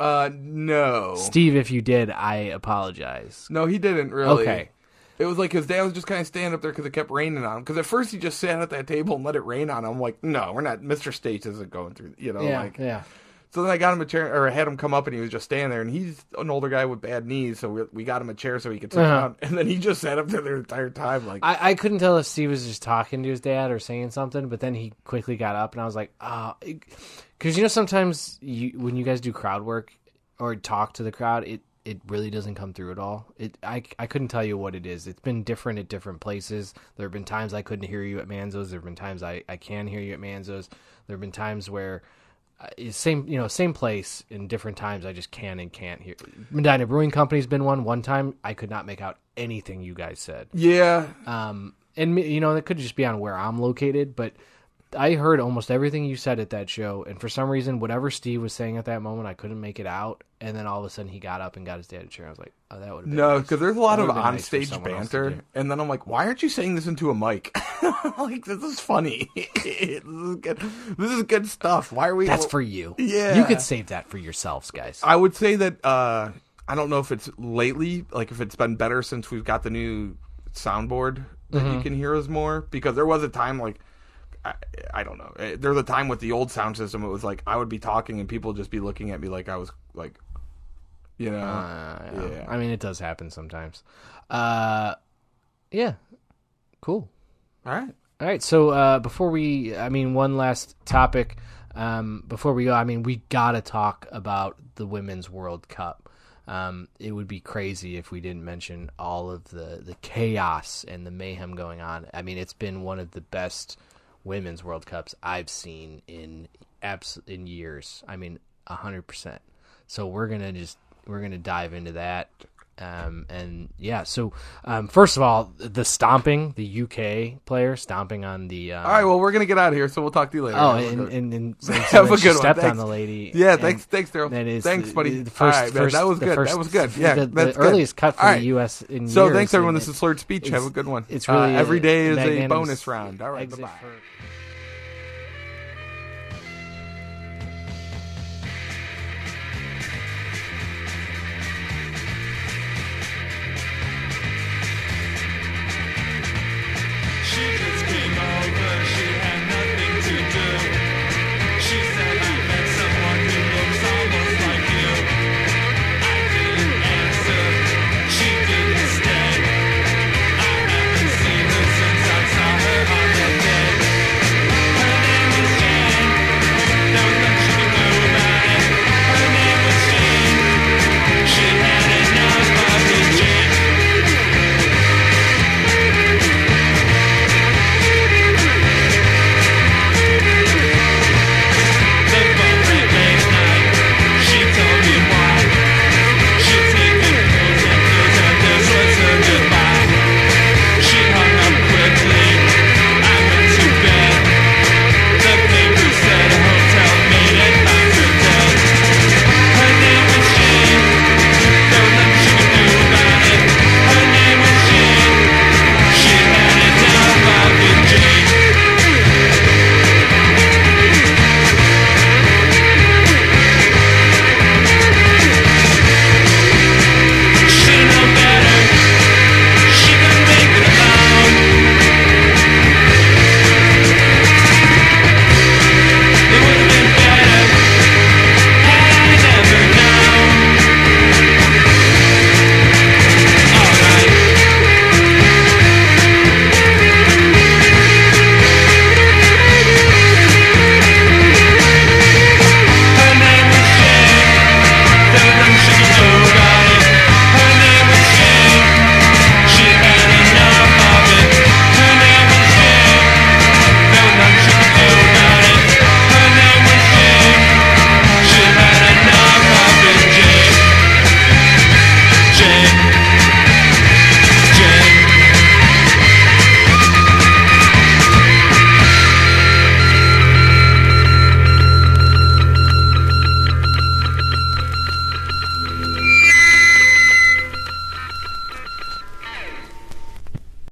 Uh, no, Steve, if you did, I apologize. no, he didn't really. Okay. It was like his dad was just kind of standing up there because it kept raining on him. Because at first he just sat at that table and let it rain on him. Like, no, we're not. Mr. States isn't going through. You know, Yeah, like yeah. So then I got him a chair, or I had him come up, and he was just standing there. And he's an older guy with bad knees, so we, we got him a chair so he could sit Uh-huh. down. And then he just sat up there the entire time, like, I, I couldn't tell if Steve was just talking to his dad or saying something, but then he quickly got up and I was like, ah, because you know sometimes you when you guys do crowd work or talk to the crowd, it it really doesn't come through at all. It I I couldn't tell you what it is. It's been different at different places. There have been times I couldn't hear you at Manzo's. There have been times I I can hear you at Manzo's. There have been times where. uh, it's Same, you know, same place in different times. I just can and can't hear. Medina Brewing Company's been one. One time, I could not make out anything you guys said. yeah, Um, and me- you know, that could just be on where I'm located, but I heard almost everything you said at that show. And for some reason, whatever Steve was saying at that moment, I couldn't make it out. And then all of a sudden, he got up and got his dad a chair. I was like, oh, that would have been no, nice. because there's a lot That of would've been nice for onstage someone else to do. banter. And then I'm like, why aren't you saying this into a mic? (laughs) like, this is funny. (laughs) this is good. This is good stuff. Why are we? That's for you. Yeah. you could save that for yourselves, guys. I would say that uh, I don't know if it's lately, like if it's been better since we've got the new soundboard that Mm-hmm. you can hear us more because there was a time like I, I don't know. Eh, There was a time with the old sound system. It was like I would be talking and people would just be looking at me like I was like, you know, Uh, Yeah. I mean, it does happen sometimes. Uh, yeah, cool. all right. All right. So uh, before we, I mean, one last topic. Um, before we go, I mean, we gotta talk about the Women's World Cup. Um, it would be crazy if we didn't mention all of the the chaos and the mayhem going on. I mean, it's been one of the best Women's World Cups I've seen in abs- in years. I mean, hundred percent. So we're gonna just we're gonna dive into that. Um, and yeah, so um, first of all, the stomping, the UK player stomping on the. Um, All right. Well, we're gonna get out of here, so we'll talk to you later. Oh, Have a and good- and, and (laughs) so Have then a she good one. stepped on Thanks. the lady. yeah. and- Thanks. Thanks, Daryl. Then it's Thanks, the- buddy. The first, all right, man, first- that was the good. first- that was good. Yeah. the, that's the good. earliest cut for All the right. U.S. in So years, thanks everyone. and This is Slurred Speech. Have it's- a good one. it's Uh, really every a day is a magnanimous bonus round. All right. exit Bye. for-